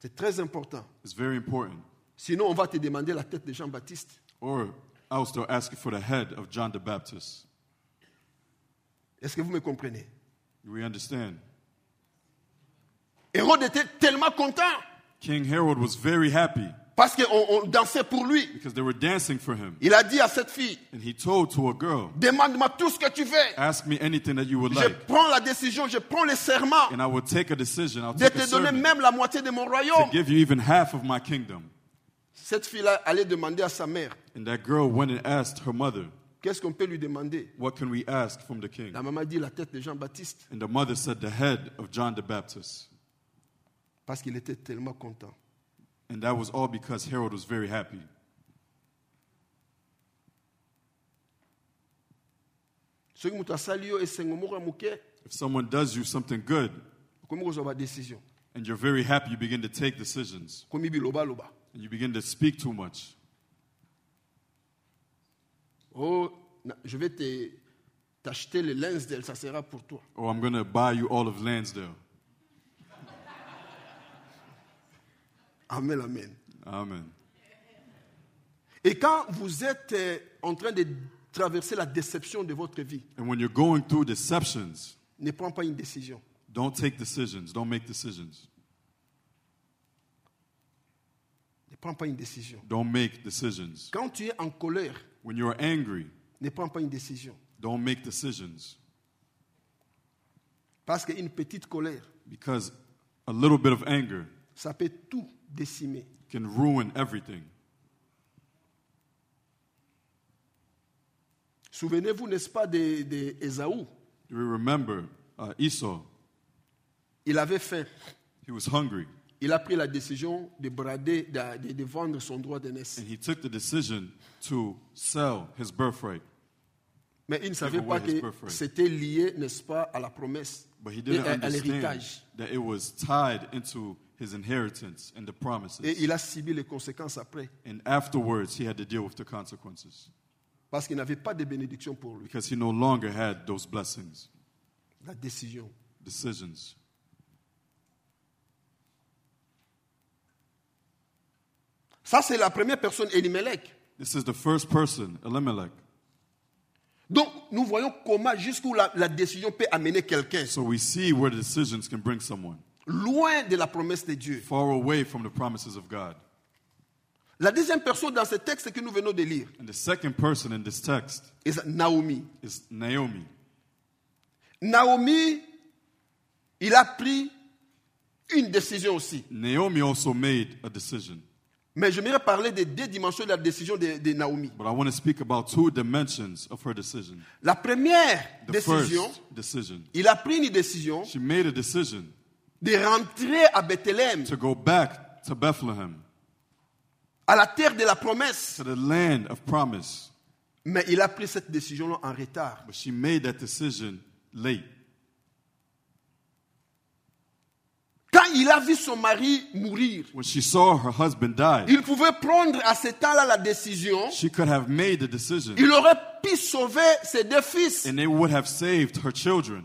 B: C'est très important.
C: It's very important.
B: Sinon, on va te demander la tête de Jean-Baptiste.
C: Or else they'll ask you for the head of John the Baptist.
B: Est-ce que vous me comprenez
C: We understand.
B: Hérode était tellement content
C: King Herod was very happy
B: parce qu'on on dansait pour lui.
C: because they were dancing for him.
B: Il a dit à cette fille,
C: And he told to a girl,
B: demande-moi tout ce que tu veux.
C: Ask me anything that you would
B: Je
C: like,
B: prends la décision, je prends le serment
C: and I will take a decision. I'll
B: de
C: take a
B: te donner
C: servant
B: même la moitié de mon
C: to
B: royaume.
C: give you even half of my kingdom.
B: Cette fille-là allait demander à sa mère,
C: And that girl went and asked her mother,
B: qu'est-ce qu'on peut lui demander
C: What can we ask from the king?
B: La maman dit la tête de Jean-Baptiste
C: And the mother said, The head of John the Baptist.
B: parce qu'il était tellement content.
C: And that was all because Herod was very happy.
B: Soki moto asali yo esengo moko ya moke
C: If someone does you something good
B: okomi kozwa badesizio
C: and you're very happy, you begin to take decisions
B: okomi bilobaloba
C: and you begin to speak too much.
B: oh na- je vais te t'acheter le lens d'elle ça sera pour toi
C: Oh, I'm going to buy you all of Lansdale.
B: amen amen
C: Amen.
B: et quand vous êtes euh, en train de traverser la déception de votre vie
C: And when you're going through deceptions,
B: ne prends pas une décision
C: don't take decisions, don't make decisions.
B: ne prends pas une décision
C: Don't make decisions.
B: quand tu es en colère
C: When you're angry,
B: ne prends pas une décision
C: don't make decisions
B: parce qu'une petite colère
C: because a little bit of anger
B: ça peut tout décimer
C: can ruin everything.
B: souvenez-vous n'est-ce pas de, de Ésaü
C: Do we remember uh, Esau?
B: il avait faim
C: He was hungry
B: il a pris la décision de brader de, de- de vendre son droit de naissance
C: and he took the decision to sell his birthright,
B: Mais il ne savait
C: away
B: pas
C: his
B: que
C: birthright.
B: c'était lié, n'est-ce pas, à la promesse
C: but he
B: et
C: didn't
B: à, à
C: understand
B: l'héritage.
C: that it was tied into his inheritance and the
B: Et
C: promises.
B: il a subi les conséquences après,
C: And afterwards, he had to deal with the consequences
B: parce qu'il n'avait pas de bénédiction pour lui.
C: because he no longer had those blessings,
B: La décision.
C: decisions.
B: Ça, c'est la première personne, Elimelech.
C: This is the first person, Elimelech.
B: Donc, nous voyons comment, jusqu'où la, la décision peut amener quelqu'un,
C: So we see where the decisions can bring someone
B: loin de la promesse de Dieu.
C: far away from the promises of God.
B: La deuxième personne dans ce texte que nous venons de lire,
C: And the second person in this text
B: est Naomi.
C: is Naomi.
B: Naomi, il a pris une décision aussi.
C: Naomi also made a decision,
B: Mais j'aimerais parler des deux dimensions de la décision de- de Naomi.
C: but I want to speak about two dimensions of her decision.
B: La première
C: The
B: décision,
C: first decision,
B: il a pris une décision
C: she made a decision
B: de rentrer à Bethléem,
C: to go back to Bethlehem,
B: à la terre de la promesse.
C: to the land of promise,
B: Mais il a pris cette décision en retard.
C: but she made that decision late.
B: Quand il a vu son mari mourir,
C: When she saw her husband die,
B: il pouvait prendre à ce temps-là la décision.
C: she could have made the decision,
B: Il aurait pu sauver ses deux fils.
C: and it would have saved her children.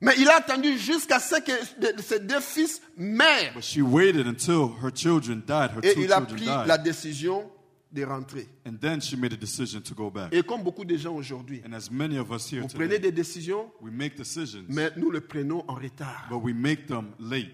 B: Mais il a attendu jusqu'à ce que de- ses deux fils meurent.
C: But she waited until her children died, her
B: Et
C: two
B: il a
C: children
B: pris
C: died.
B: la décision de rentrer.
C: And then she made a decision to go back.
B: Et comme beaucoup de gens aujourd'hui,
C: And as many of us here
B: vous prenez
C: today,
B: des décisions,
C: we make decisions,
B: mais nous les prenons en retard.
C: but we make them late.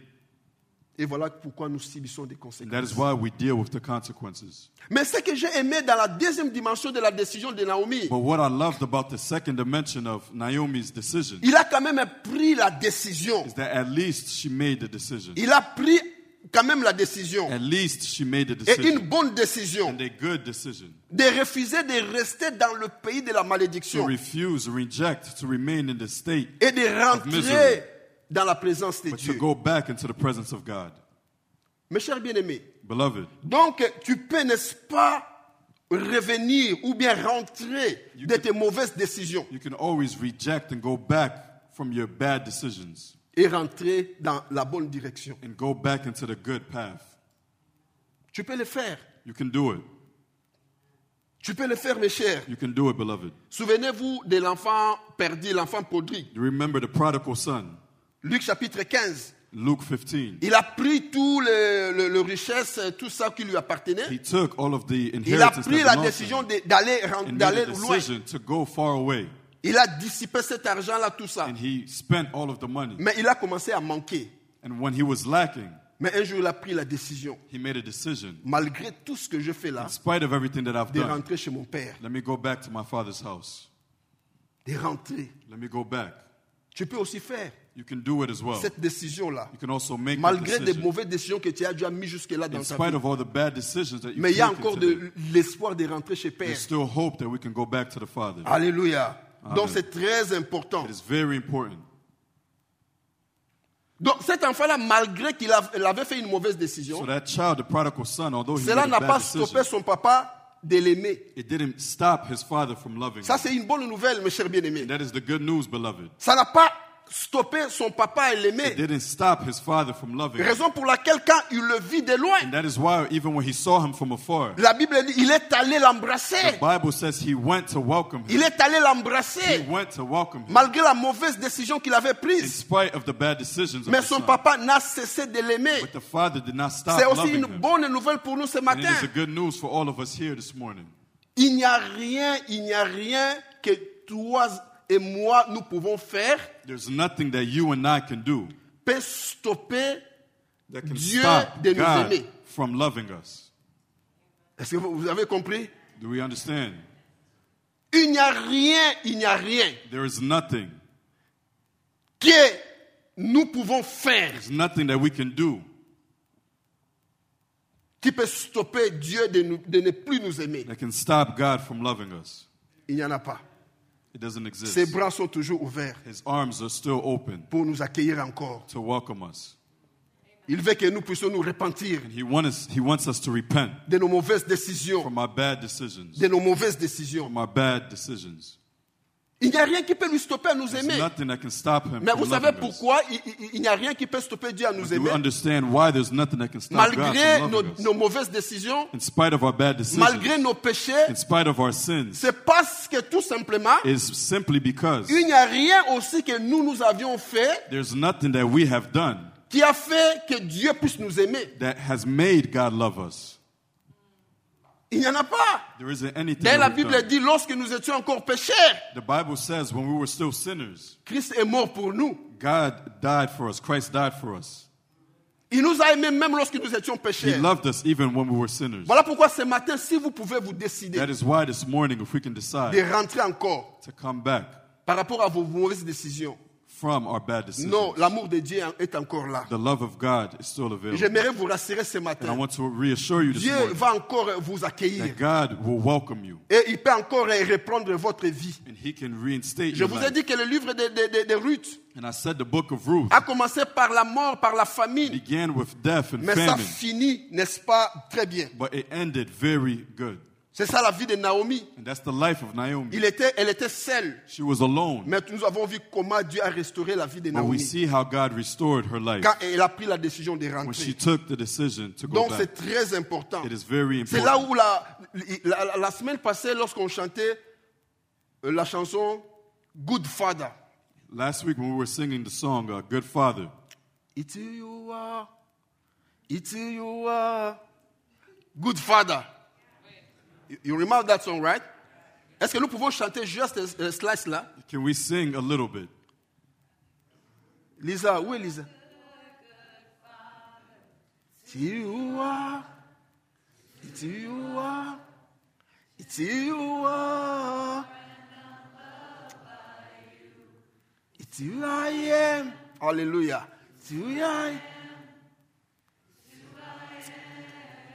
B: Et voilà pourquoi nous subissons des
C: And
B: conséquences.
C: that is why we deal with the consequences.
B: Mais ce que j'ai aimé dans la deuxième dimension de la décision de Naomi,
C: But what I loved about the second dimension of Naomi's decision
B: il a quand même pris la décision.
C: is that at least she made the decision.
B: Il a pris quand même la décision.
C: At least she made the
B: Et une
C: decision.
B: bonne décision
C: And a good decision.
B: de refuser de rester dans le pays de la
C: To
B: malédiction
C: refuse, reject, to remain in the state,
B: et de
C: misery.
B: rentrer dans la présence de
C: but to
B: Dieu.
C: go back into the presence of God.
B: Mes chers bien-aimés,
C: Beloved,
B: donc tu peux, n'est-ce pas, revenir ou bien rentrer de tes mauvaises décisions.
C: you can always reject and go back from your bad decisions
B: et rentrer dans la bonne direction.
C: and go back into the good path.
B: Tu peux le faire.
C: You can do it.
B: Tu peux le faire, mes chers.
C: You can do it, beloved.
B: Souvenez-vous de l'enfant perdu, l'enfant prodigue.
C: You remember the prodigal son,
B: Luc chapitre 15.
C: Luke 15.
B: Il a pris tout le, le- le richesse, tout ça qui lui appartenait.
C: He took all of the
B: Il a
C: inheritance
B: pris
C: that
B: la
C: belonged to
B: décision
C: him
B: de- d'aller ren-
C: and made
B: d'aller
C: a
B: loin.
C: decision to go far away.
B: Il a dissipé cet argent-là, tout ça.
C: And he spent all of the money.
B: Mais il a commencé à manquer.
C: And when he was lacking,
B: Mais un jour, il a pris la décision,
C: he made a decision.
B: malgré tout ce que je fais là,
C: In spite of everything that I've
B: de
C: done,
B: rentrer chez mon père.
C: let me go back to my father's house.
B: De rentrer.
C: Let me go back.
B: Tu peux aussi faire
C: You can do it as well.
B: cette décision-là.
C: You can also make that
B: Malgré des
C: decision.
B: mauvaises décisions que tu as déjà mis jusque-là dans
C: In
B: ta
C: spite
B: vie.
C: of all the bad decisions that you've
B: Mais il y a
C: taken
B: encore
C: today,
B: de l'espoir de rentrer chez Père.
C: there's still hope that we can go back to the Father.
B: Ah. Alléluia. Donc
C: Amen.
B: c'est très important.
C: It is very important.
B: Donc cet enfant-là, malgré qu'il av- il avait fait une mauvaise décision,
C: So that child, the prodigal son, although he
B: cela
C: made a
B: n'a
C: bad
B: pas stoppé
C: decision,
B: son papa de l'aimer.
C: it didn't stop his father from loving
B: Ça,
C: him.
B: c'est une bonne nouvelle, mes chers bien-aimés.
C: And that is the good news, beloved.
B: Ça n'a pas stoppé son papa à
C: It
B: l'aimer.
C: didn't stop his father from loving him.
B: Raison pour laquelle quand il le vit de loin,
C: And that is why even when he saw him from afar,
B: la Bible dit, il est allé
C: the
B: l'embrasser.
C: Bible says he went to welcome
B: Il
C: him.
B: est allé
C: He
B: l'embrasser,
C: went to welcome him.
B: malgré la mauvaise décision qu'il avait
C: In
B: prise.
C: spite of the bad decisions of
B: Mais
C: his
B: son
C: son.
B: papa n'a cessé de l'aimer.
C: But the father did not stop
B: C'est aussi
C: loving
B: une
C: him.
B: bonne nouvelle pour nous ce
C: And it
B: matin.
C: is the good news for all of us here this morning.
B: Il n'y a rien, il n'y a rien que toi et moi nous pouvons faire
C: There's nothing that you and I can do
B: peut stopper.
C: that can
B: Dieu
C: stop
B: de nous
C: God
B: aimer.
C: from loving us.
B: Est-ce que vous vous avez compris
C: Do we understand?
B: Il n'y a rien, il n'y a rien
C: There is nothing.
B: que nous pouvons faire
C: There's nothing that we can do
B: qui peut stopper Dieu de, nous- de ne plus nous aimer.
C: that can stop God from loving us.
B: Il n'y en a pas.
C: It doesn't exist.
B: Ses bras sont toujours ouverts
C: His arms are still open
B: pour nous accueillir encore.
C: to welcome us.
B: Il veut que nous puissions nous repentir
C: And he, want us, he wants us to repent
B: de nos mauvaises décisions,
C: from our bad decisions.
B: de nos mauvaises décisions.
C: From our bad decisions.
B: Il n'y a rien qui peut nous stopper à nous
C: There's
B: aimer.
C: nothing that can stop him
B: Mais
C: from
B: vous savez
C: loving us.
B: pourquoi il, il- il n'y a rien qui peut stopper Dieu à nous
C: Do we
B: aimer
C: understand why there's nothing that can stop God
B: Malgré
C: from
B: nos,
C: loving us?
B: nos mauvaises décisions,
C: In spite of our bad decisions,
B: malgré nos péchés,
C: in spite of our sins,
B: c'est parce que tout simplement,
C: is simply because
B: il n'y a rien aussi que nous nous avions fait
C: there's nothing that we have done
B: qui a fait que Dieu puisse nous aimer.
C: that has made God love us.
B: Il n'y en a pas.
C: There isn't anything.
B: D'ailleurs, la
C: that we've
B: Bible
C: done.
B: dit, lorsque nous étions encore pécheurs,
C: The Bible says when we were still sinners,
B: Christ est mort pour nous.
C: God died for us. Christ died for us.
B: Il nous a aimés même lorsque nous étions
C: He
B: pécheurs.
C: loved us even when we were sinners.
B: Voilà pourquoi ce matin, si vous pouvez vous décider
C: That is why this morning, if we can decide
B: de rentrer encore
C: to come back
B: par rapport à vos mauvaises décisions,
C: from our bad decisions,
B: non, l'amour de Dieu est encore là.
C: the love of God is still available.
B: J'aimerais vous rassurer ce
C: And I
B: matin.
C: want to reassure you this
B: Dieu
C: morning
B: va encore vous accueillir
C: that God will welcome you
B: et il peut encore reprendre votre vie.
C: and He can reinstate
B: Je
C: your
B: vous ai
C: life.
B: dit que le livre de, de- de- de Ruth
C: And I said the book of Ruth
B: a commencé par la mort, par la famine,
C: began with death and
B: mais ça
C: famine,
B: finit, n'est-ce pas, très bien.
C: but it ended very good.
B: C'est ça la vie de Naomi.
C: And that's the life of Naomi.
B: Il était, elle était seule,
C: She was alone.
B: mais nous avons vu comment Dieu a restauré la vie de
C: But we
B: Naomi
C: see how God restored her life
B: quand elle a pris la décision de
C: when she
B: rentrer.
C: took the decision to go
B: Donc
C: back.
B: c'est très important.
C: It is very
B: C'est là
C: important.
B: où la, la- la- la semaine passée, lorsqu'on chantait euh, la chanson Good Father,
C: Last week when we were singing the song uh, Good Father,
B: It you are. It you are. Good Father. You- You remember that song, right? Est-ce que nous pouvons chanter juste un un slice là?
C: can we sing a little bit?
B: Lisa, où est Lisa? It you are. It you are. It you are. It you I am. Alléluia. It's you I am.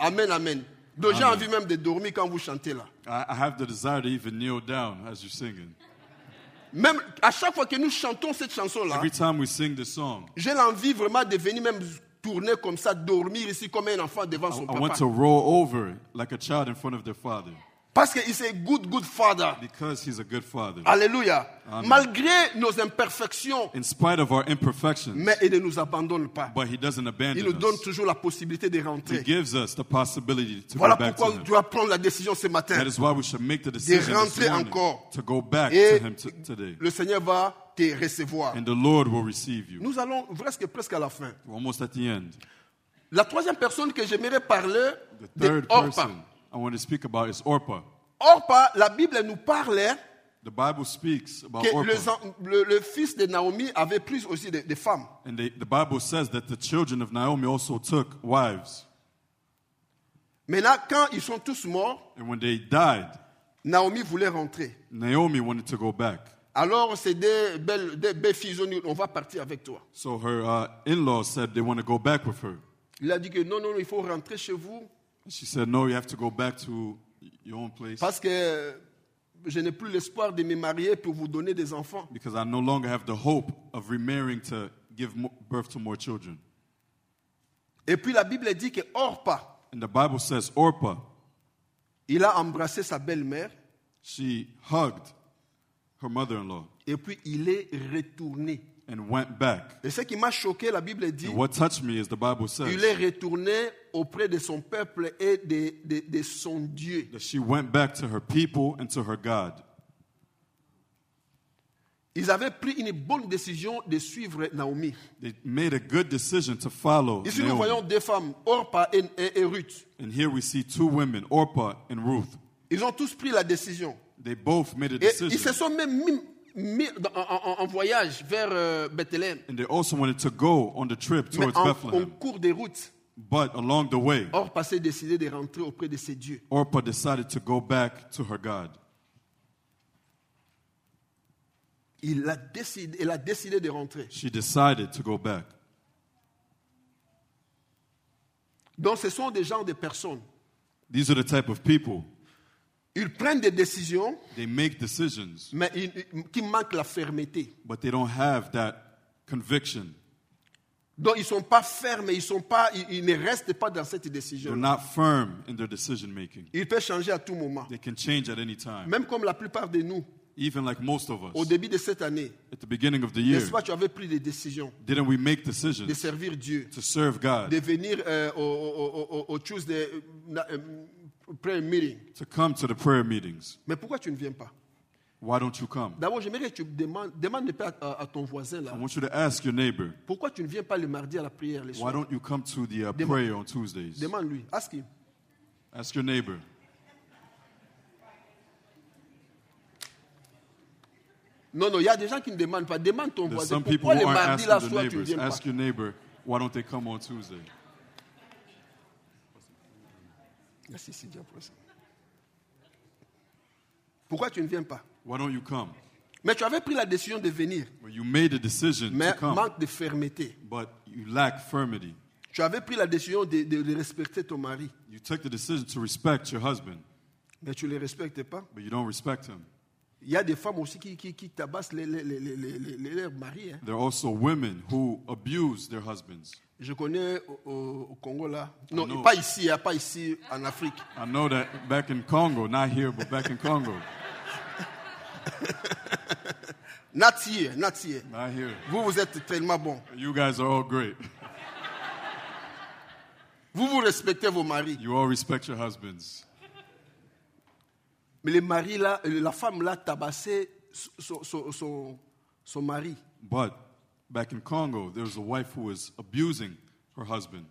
B: Amen, amen. Donc j'ai envie même de dormir quand vous chantez là.
C: I, I have the desire to even kneel down as you're singing.
B: Même à chaque fois que nous chantons cette chanson là,
C: Every time we sing this song,
B: J'ai l'envie vraiment de venir même tourner comme ça, dormir ici comme un enfant devant son
C: I want
B: Oh, papa.
C: to roll over like a child in front of their father.
B: Parce qu'il est a good, good father.
C: because he's a good father.
B: Uh-huh. Alléluia.
C: Amen.
B: Malgré nos imperfections,
C: In spite of our imperfections,
B: mais il ne nous abandonne pas.
C: but he doesn't
B: Il
C: abandon
B: nous donne
C: us.
B: toujours la possibilité de
C: He
B: rentrer.
C: gives us the possibility to
B: Voilà
C: go back
B: pourquoi
C: to
B: tu
C: him.
B: dois prendre la décision ce matin.
C: That is why we should make the decision this
B: rentrer
C: morning
B: encore.
C: to go back
B: Et
C: to him t- today.
B: le Seigneur va te recevoir.
C: And the Lord will receive you.
B: Nous allons presque, presque à la fin.
C: We're almost at the end.
B: La troisième personne que j'aimerais parler,
C: The
B: de
C: third
B: Orpa.
C: person I want to speak about is Orpah.
B: Orpa, la Bible nous parlait
C: The Bible speaks about
B: que le,
C: Ah, Orpah.
B: le- le fils de Naomi avait pris aussi des, des femmes.
C: And they, the Bible says that the children of Naomi also took wives.
B: Mais là, quand ils sont tous morts,
C: And when they died,
B: Naomi voulait rentrer.
C: Naomi wanted to go back.
B: Alors, c'est des belles, des belles filles, on dit, on va partir avec toi.
C: So her uh, in laws said they want to go back with her.
B: Il a dit que non, non, non, il faut rentrer chez vous
C: And she said, No, you have to go back to your own place
B: parce que je n'ai plus l'espoir de me marier pour vous donner des enfants.
C: because I no longer have the hope of remarrying to give mo- birth to more children.
B: Et puis la Bible dit que Orpa,
C: And the Bible says Orpah,
B: il a embrassé sa belle-mère
C: she hugged her mother in law
B: et puis il est retourné.
C: and went back.
B: Et ce qui m'a choqué, la Bible dit,
C: And what touched me is the Bible
B: il
C: says
B: est retourné auprès de son peuple et de, de- de son Dieu.
C: that she went back to her people and to her God.
B: Ils avaient pris une bonne décision de suivre Naomi.
C: They made a good decision to follow
B: Ici, nous voyons
C: Naomi.
B: deux femmes, Orpa et, et- et Ruth.
C: And here we see two women, Orpah and Ruth.
B: Ils ont tous pris la décision.
C: They both made a
B: Et ils se
C: decision.
B: sont même mis, mis dans- en, en- en voyage vers euh, Bethléem.
C: And they also wanted to go on the trip
B: Mais
C: towards
B: en, en
C: Bethlehem.
B: cours des routes,
C: But along the way,
B: Orpa s'est décidé de rentrer auprès de ses dieux.
C: Orpah decided to go back to her God.
B: Il a décidé, elle a décidé de rentrer.
C: She decided to go back.
B: Donc, ce sont des genres de personnes.
C: These are the type of people.
B: Ils prennent des décisions,
C: They make decisions,
B: mais ils- ils- qui manquent la fermeté.
C: but they don't have that conviction.
B: Donc, ils ne sont pas fermes, ils, sont pas, ils, ils ne restent pas dans cette décision.
C: They're not firm in their decision making.
B: Ils peuvent changer à tout moment.
C: They can change at any time.
B: Même comme la plupart de nous,
C: Even like most of us,
B: au début de cette année,
C: at the beginning of the year,
B: n'est-ce pas, tu avais pris des décisions
C: didn't we make
B: de
C: decisions
B: servir Dieu,
C: to serve God,
B: de venir euh, au, au, au- au- au Tuesday euh, na- euh, prayer meeting.
C: to come to the prayer meetings?
B: Mais pourquoi tu ne viens pas
C: Why don't you come?
B: D'abord, j'aimerais que tu demandes, demande pas à, à ton voisin là.
C: I want you to ask your neighbor,
B: Pourquoi tu ne viens pas le mardi à la prière les
C: why
B: soirs
C: don't you come to the uh,
B: Demande.
C: prayer on Tuesdays?
B: Demande-lui, ask him.
C: Ask your neighbor.
B: Non, non, il y a des gens qui ne demandent pas. Demande ton
C: There's
B: voisin.
C: some people
B: Pourquoi
C: who
B: le
C: aren't
B: mardi là
C: asking
B: soir
C: their
B: tu ne viens
C: neighbors.
B: pas
C: Ask your neighbor, why don't they come on Tuesday?
B: Merci, Sylvia, pour ça. Pourquoi tu ne viens pas
C: Why don't you come?
B: Mais tu avais pris la décision de venir,
C: Well, you made a decision
B: mais
C: to come,
B: manque de fermeté.
C: but you lack firmity.
B: Tu avais pris la décision de, de- de respecter ton mari,
C: You took the decision to respect your husband,
B: mais tu ne le respectes pas.
C: but you don't respect him.
B: Il y a des femmes aussi qui, qui, qui tabassent les, les, les, les, les- les- les- leurs maris. hein.
C: There are also women who abuse their husbands.
B: Je connais au, au- au Congo là. Non,
C: non.
B: pas ici, hein, pas ici en Afrique.
C: I know that back in Congo, not here, but back in Congo,
B: Not here, not here.
C: not here.
B: Vous, vous êtes tellement bon.
C: You guys are all great.
B: Vous, vous respectez vos maris.
C: You all respect your husbands.
B: Mais le mari là, euh, la femme là tabassait son, son, son, son mari.
C: But back in Congo, there was a wife who was abusing her husband.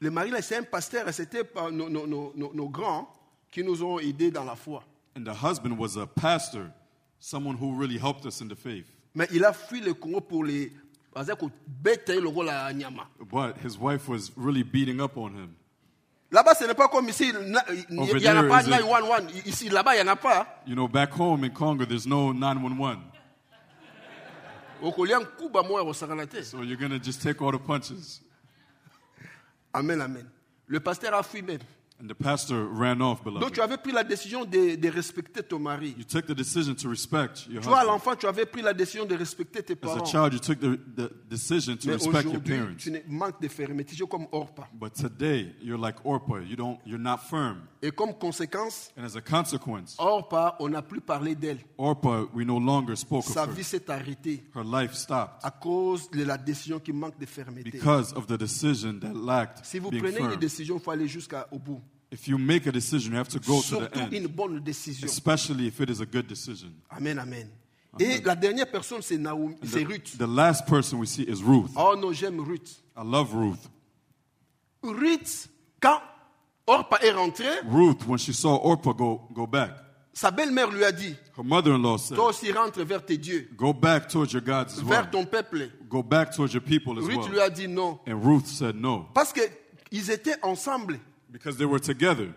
B: Le mari là, c'est un pasteur, hein. c'était par nos, nos, nos, nos- nos grands qui nous ont aidés dans la foi.
C: And the husband was a pastor, someone who really helped us in the faith.
B: Mais il a fui le Congo pour les. parce que bête, il aura la nyama.
C: But his wife was really beating up on him.
B: Là-bas, ce n'est pas comme ici. na- Il
C: Over
B: n'y en a
C: there,
B: pas
C: is it-
B: 911. Ici, là-bas, il n'y en a pas.
C: You know, back home in Congo, there's no 911.
B: Au Colien, Kuba, bah, moi, au Saranate.
C: So you're going to just take all the punches.
B: Amen, amen. Le pasteur a fui même.
C: And the pastor ran off,
B: Donc
C: beloved.
B: tu avais pris la décision de, de respecter ton mari.
C: You took the decision to respect your
B: Toi,
C: husband.
B: l'enfant, tu avais pris la décision de respecter tes
C: As a
B: parents.
C: child, you took the, the decision to
B: Mais
C: respect your
B: aujourd'hui,
C: parents.
B: tu ne- manques de fermeté, tu es comme Orpa.
C: But today, you're like Orpah. You don't, you're not firm.
B: Et comme conséquence,
C: And as a consequence,
B: Orpa, on n'a plus parlé d'elle.
C: Orpah, we no longer spoke
B: Sa
C: of
B: vie
C: her.
B: s'est arrêtée
C: Her life stopped
B: à cause de la décision qui manque de fermeté.
C: because of the decision that lacked
B: Si vous
C: being
B: prenez une
C: firm.
B: décision, il faut aller jusqu'au bout.
C: If you make a decision, you have to go to the
B: Surtout une
C: end,
B: bonne décision.
C: especially if it is a good decision.
B: Amen, amen. Et la dernière personne, c'est Naomi, c'est
C: The,
B: Ruth.
C: the last person we see is Ruth.
B: Oh non, j'aime Ruth.
C: I love Ruth.
B: Ruth, quand Orpa est rentrée,
C: Ruth, when she saw Orpah go, go back,
B: sa belle-mère lui a dit
C: her mother in law said,
B: Toi aussi rentre vers tes dieux,
C: Go back towards your gods as well.
B: vers ton peuple.
C: Go back towards your people as
B: Ruth lui
C: well.
B: a dit non.
C: And Ruth said no,
B: Parce qu'ils étaient ensemble.
C: because they were together.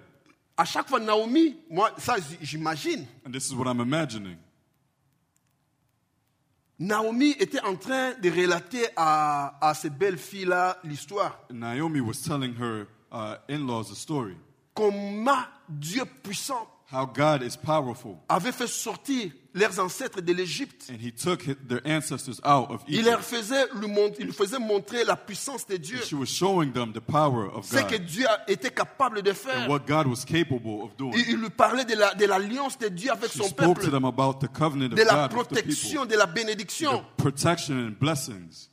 B: À chaque fois, Naomi, moi, ça j- j'imagine,
C: And this is what I'm imagining.
B: Naomi était en train de relater à, à ces belles filles-là l'histoire.
C: Naomi was telling her uh, in laws a story
B: Comment Dieu puissant
C: how God is powerful,
B: avait fait sortir leurs ancêtres de l'Égypte.
C: and He took hi- their ancestors out of
B: Il leur
C: Egypt.
B: faisait, le mon- il faisait montrer la puissance de Dieu,
C: She was showing them the power of
B: ce que
C: God
B: Dieu a- était capable de faire.
C: and what God was capable of doing.
B: Il, il lui parlait de la- de l'alliance de Dieu avec
C: She
B: son
C: spoke to
B: peuple,
C: them about the covenant of
B: de la
C: God with the
B: protection,
C: people,
B: de la
C: the
B: bénédiction.
C: protection and blessings.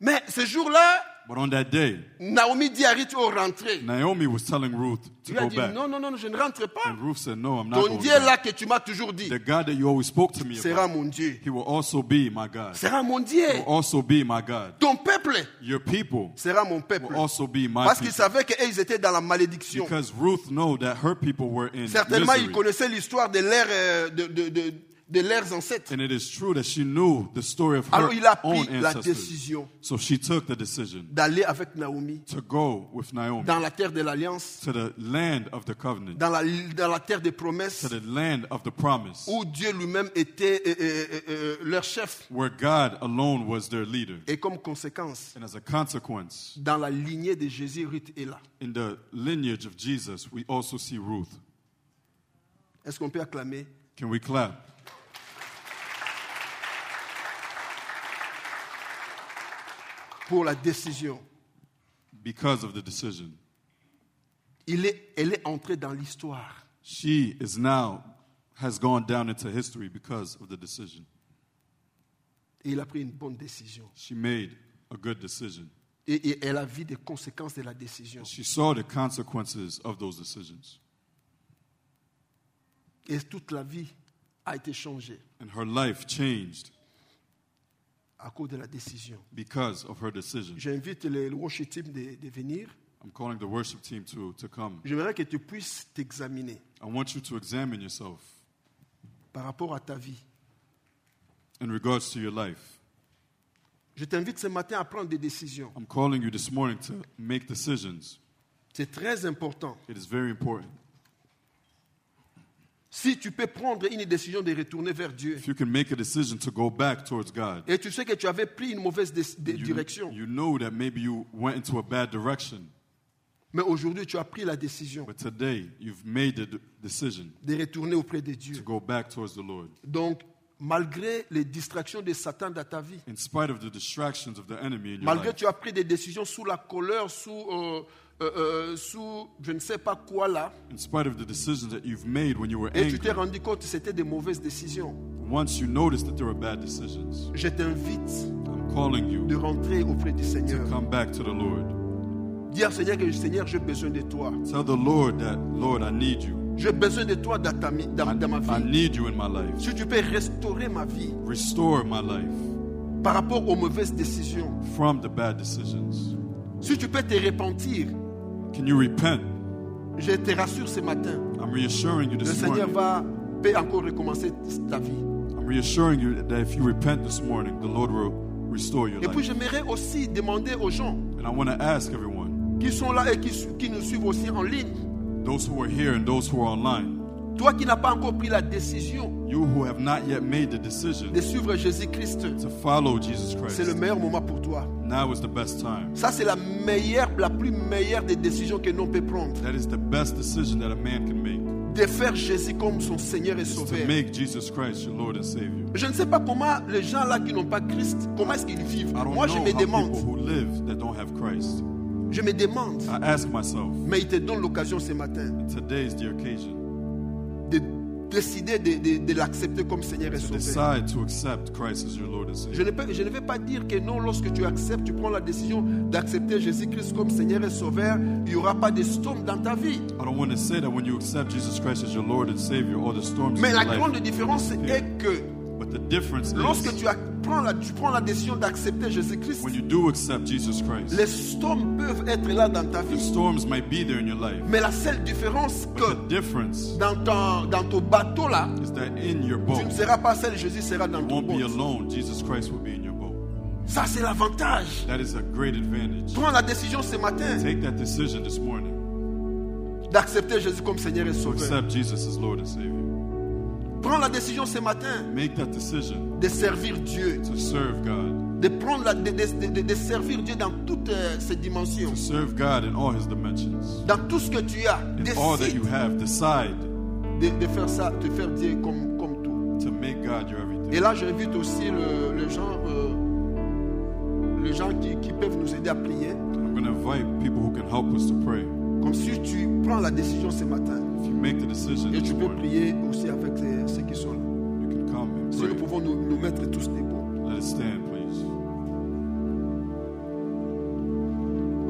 B: Mais ce jour-là,
C: But on that day,
B: Naomi dit à Ruth, oh, rentrez.
C: Naomi was telling Ruth to
B: Il a
C: go
B: dit,
C: back,
B: non, non, non, je ne rentre pas.
C: and Ruth said, "No, I'm not
B: Ton
C: going
B: Dieu
C: back.
B: là que tu m'as toujours dit
C: The God that you always spoke to me
B: sera
C: about,
B: mon Dieu.
C: He will also be my God.
B: Sera mon Dieu.
C: Will also be my God.
B: Ton peuple
C: Your people
B: sera mon peuple.
C: will also be my
B: Parce qu'ils
C: people."
B: savaient qu'ils étaient dans la malédiction.
C: Because Ruth know that her people were in
B: Certainement, ils
C: misery.
B: connaissaient l'histoire de, leur, euh, de, de, de, de leurs ancêtres.
C: And it is true that she knew the story of her
B: Alors, il a pris
C: own
B: la
C: ancestors.
B: décision
C: So she took the decision
B: d'aller avec Naomi
C: to go with Naomi
B: dans la terre de l'Alliance,
C: to the land of the covenant,
B: dans la, dans la terre des promesses,
C: to the land of the promise,
B: où Dieu lui-même était euh, euh, euh, euh, leur chef.
C: where God alone was their leader.
B: Et comme conséquence,
C: And as a consequence,
B: dans la lignée de Jésus, Ruth est là.
C: in the lineage of Jesus, we also see Ruth.
B: Est-ce qu'on peut acclamer
C: Can we clap?
B: pour la décision
C: Because of the decision.
B: Il est, Elle est entrée dans l'histoire.
C: She is now, has gone down into history because of the decision.
B: Et il a pris une bonne décision.
C: She made a good decision.
B: Et, et elle a vu des conséquences de la décision.
C: She saw the consequences of those decisions,
B: Et toute la vie a été changée
C: and her life changed
B: à cause de la décision.
C: because of her decision.
B: J'invite le le worship team de, de venir.
C: I'm calling the worship team to, to come.
B: J'aimerais que tu puisses t'examiner
C: I want you to examine yourself
B: par rapport à ta vie.
C: in regards to your life.
B: Je t'invite ce matin à prendre des décisions.
C: I'm calling you this morning to make decisions.
B: C'est très important.
C: It is very important.
B: Si tu peux prendre une décision de retourner vers Dieu,
C: If you can make a decision to go back towards God,
B: et tu sais que tu avais pris une mauvaise dé- dé-
C: you,
B: direction,
C: you know that maybe you went into a bad direction,
B: mais aujourd'hui tu as pris la décision
C: but today you've made the d- decision
B: de retourner auprès de
C: to
B: Dieu.
C: go back towards the Lord.
B: Donc, malgré les distractions de Satan dans ta vie,
C: In spite of the distractions of the enemy in your
B: malgré
C: life,
B: que tu as pris des décisions sous la colère, sous, euh, euh, euh, sous je ne sais pas quoi là,
C: in spite of the decisions that you've made when you were
B: et tu t'es
C: angry,
B: rendu compte que c'était des mauvaises décisions,
C: once you notice that there were bad decisions,
B: je t'invite
C: I'm calling
B: de
C: you
B: rentrer auprès du Seigneur.
C: to come back to the Lord.
B: Dis à Seigneur que Seigneur, j'ai besoin de toi.
C: Tell the Lord that, Lord, I need you.
B: J'ai besoin de toi dans, ta mi- dans- dans ma
C: I
B: vie.
C: need you in my life.
B: Si tu peux restaurer ma vie
C: Restore my life
B: par rapport aux mauvaises décisions,
C: from the bad decisions.
B: si tu peux te repentir,
C: Can you repent?
B: je te rassure ce matin,
C: I'm reassuring you
B: le
C: this
B: Seigneur
C: morning.
B: va peut encore recommencer ta vie.
C: I'm reassuring you that if you repent this morning, the Lord will restore your
B: Et puis
C: life.
B: j'aimerais aussi demander aux gens
C: And I want to ask everyone,
B: qui sont là et qui, qui nous suivent aussi en ligne,
C: those who are here and those who are online,
B: Toi qui n'as pas encore pris la décision
C: You who have not yet made the decision
B: de suivre Jésus-Christ,
C: to follow Jesus Christ,
B: c'est le meilleur moment pour toi.
C: now is the best time.
B: Ça, c'est la meilleure, la plus meilleure des décisions que l'on peut prendre.
C: That is the best decision that a man can make.
B: De faire Jésus comme son Seigneur et
C: Is to
B: Sauveur.
C: make Jesus Christ your Lord and Savior.
B: Je ne sais pas comment les gens là qui n'ont pas Christ, comment est-ce qu'ils vivent.
C: I don't
B: Moi,
C: know
B: je me
C: how people Ah.
B: demande,
C: who live that don't have Christ.
B: je me demande,
C: I ask myself,
B: mais il te donne l'occasion ce matin
C: today is the occasion
B: de décider de, de- de l'accepter comme Seigneur et
C: to
B: Sauveur.
C: decide to accept Christ as your Lord and
B: Je
C: Savior.
B: ne, peux- je ne vais pas dire que non, lorsque tu acceptes, tu prends la décision d'accepter Jésus-Christ comme Seigneur et Sauveur, il n'y aura pas de storm dans ta vie.
C: I don't want to say that when you accept Jesus Christ as your Lord and Savior, all the storms
B: Mais
C: in your
B: la
C: life.
B: grande différence est que
C: But the difference
B: lorsque
C: is
B: tu, ac- prends la, tu prends la décision d'accepter Jésus-Christ,
C: when you do accept Jesus Christ,
B: les storms peuvent être là dans ta
C: the
B: vie.
C: storms might be there in your life.
B: Mais la seule différence
C: But
B: que
C: the difference
B: dans ton, dans ton bateau là,
C: is that in your
B: tu ne
C: boat,
B: seras pas seul, Jésus sera dans
C: you
B: ton
C: won't be
B: bateau.
C: alone. Jesus Christ will be in your boat.
B: Ça, c'est l'avantage.
C: That is a great advantage.
B: Prends la décision ce matin
C: Take that decision this morning.
B: d'accepter Jésus comme Seigneur et
C: to
B: Sauveur.
C: Accept Jesus as Lord and Savior.
B: Prends la décision ce matin
C: Make that decision
B: de servir Dieu,
C: to serve God.
B: de, prendre la, de, de- de- de servir Dieu dans toutes euh, ses dimensions,
C: To serve God in all his dimensions.
B: dans tout ce que tu as.
C: In all that you
B: Décide
C: have, decide
B: de, de faire ça, de faire Dieu comme, comme tout.
C: to make God your everything.
B: Et là, j'invite aussi le- les gens, euh, les gens qui, qui peuvent nous aider à prier.
C: I'm going to invite people who can help us to pray.
B: Comme si tu prends la décision ce matin
C: If you make the decision
B: et
C: this
B: tu peux
C: morning,
B: prier aussi avec euh, ceux qui sont là.
C: you can come and
B: Si nous
C: pray.
B: pouvons nous, nous mettre tous debout.
C: Let us stand, please.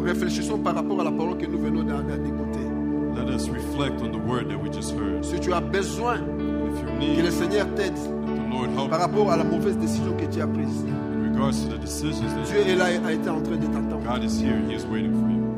B: Réfléchissons par rapport à la parole que nous venons d'a- d'a- d'écouter.
C: Let us reflect on the word that we just heard.
B: Si tu as besoin
C: If you
B: que
C: need
B: le
C: that
B: Seigneur t'aide
C: the Lord help
B: par
C: you
B: rapport à la mauvaise décision que tu as prise,
C: in regards to the decisions that
B: Dieu est là et a été en train de t'attendre.
C: God is here, He is waiting for you.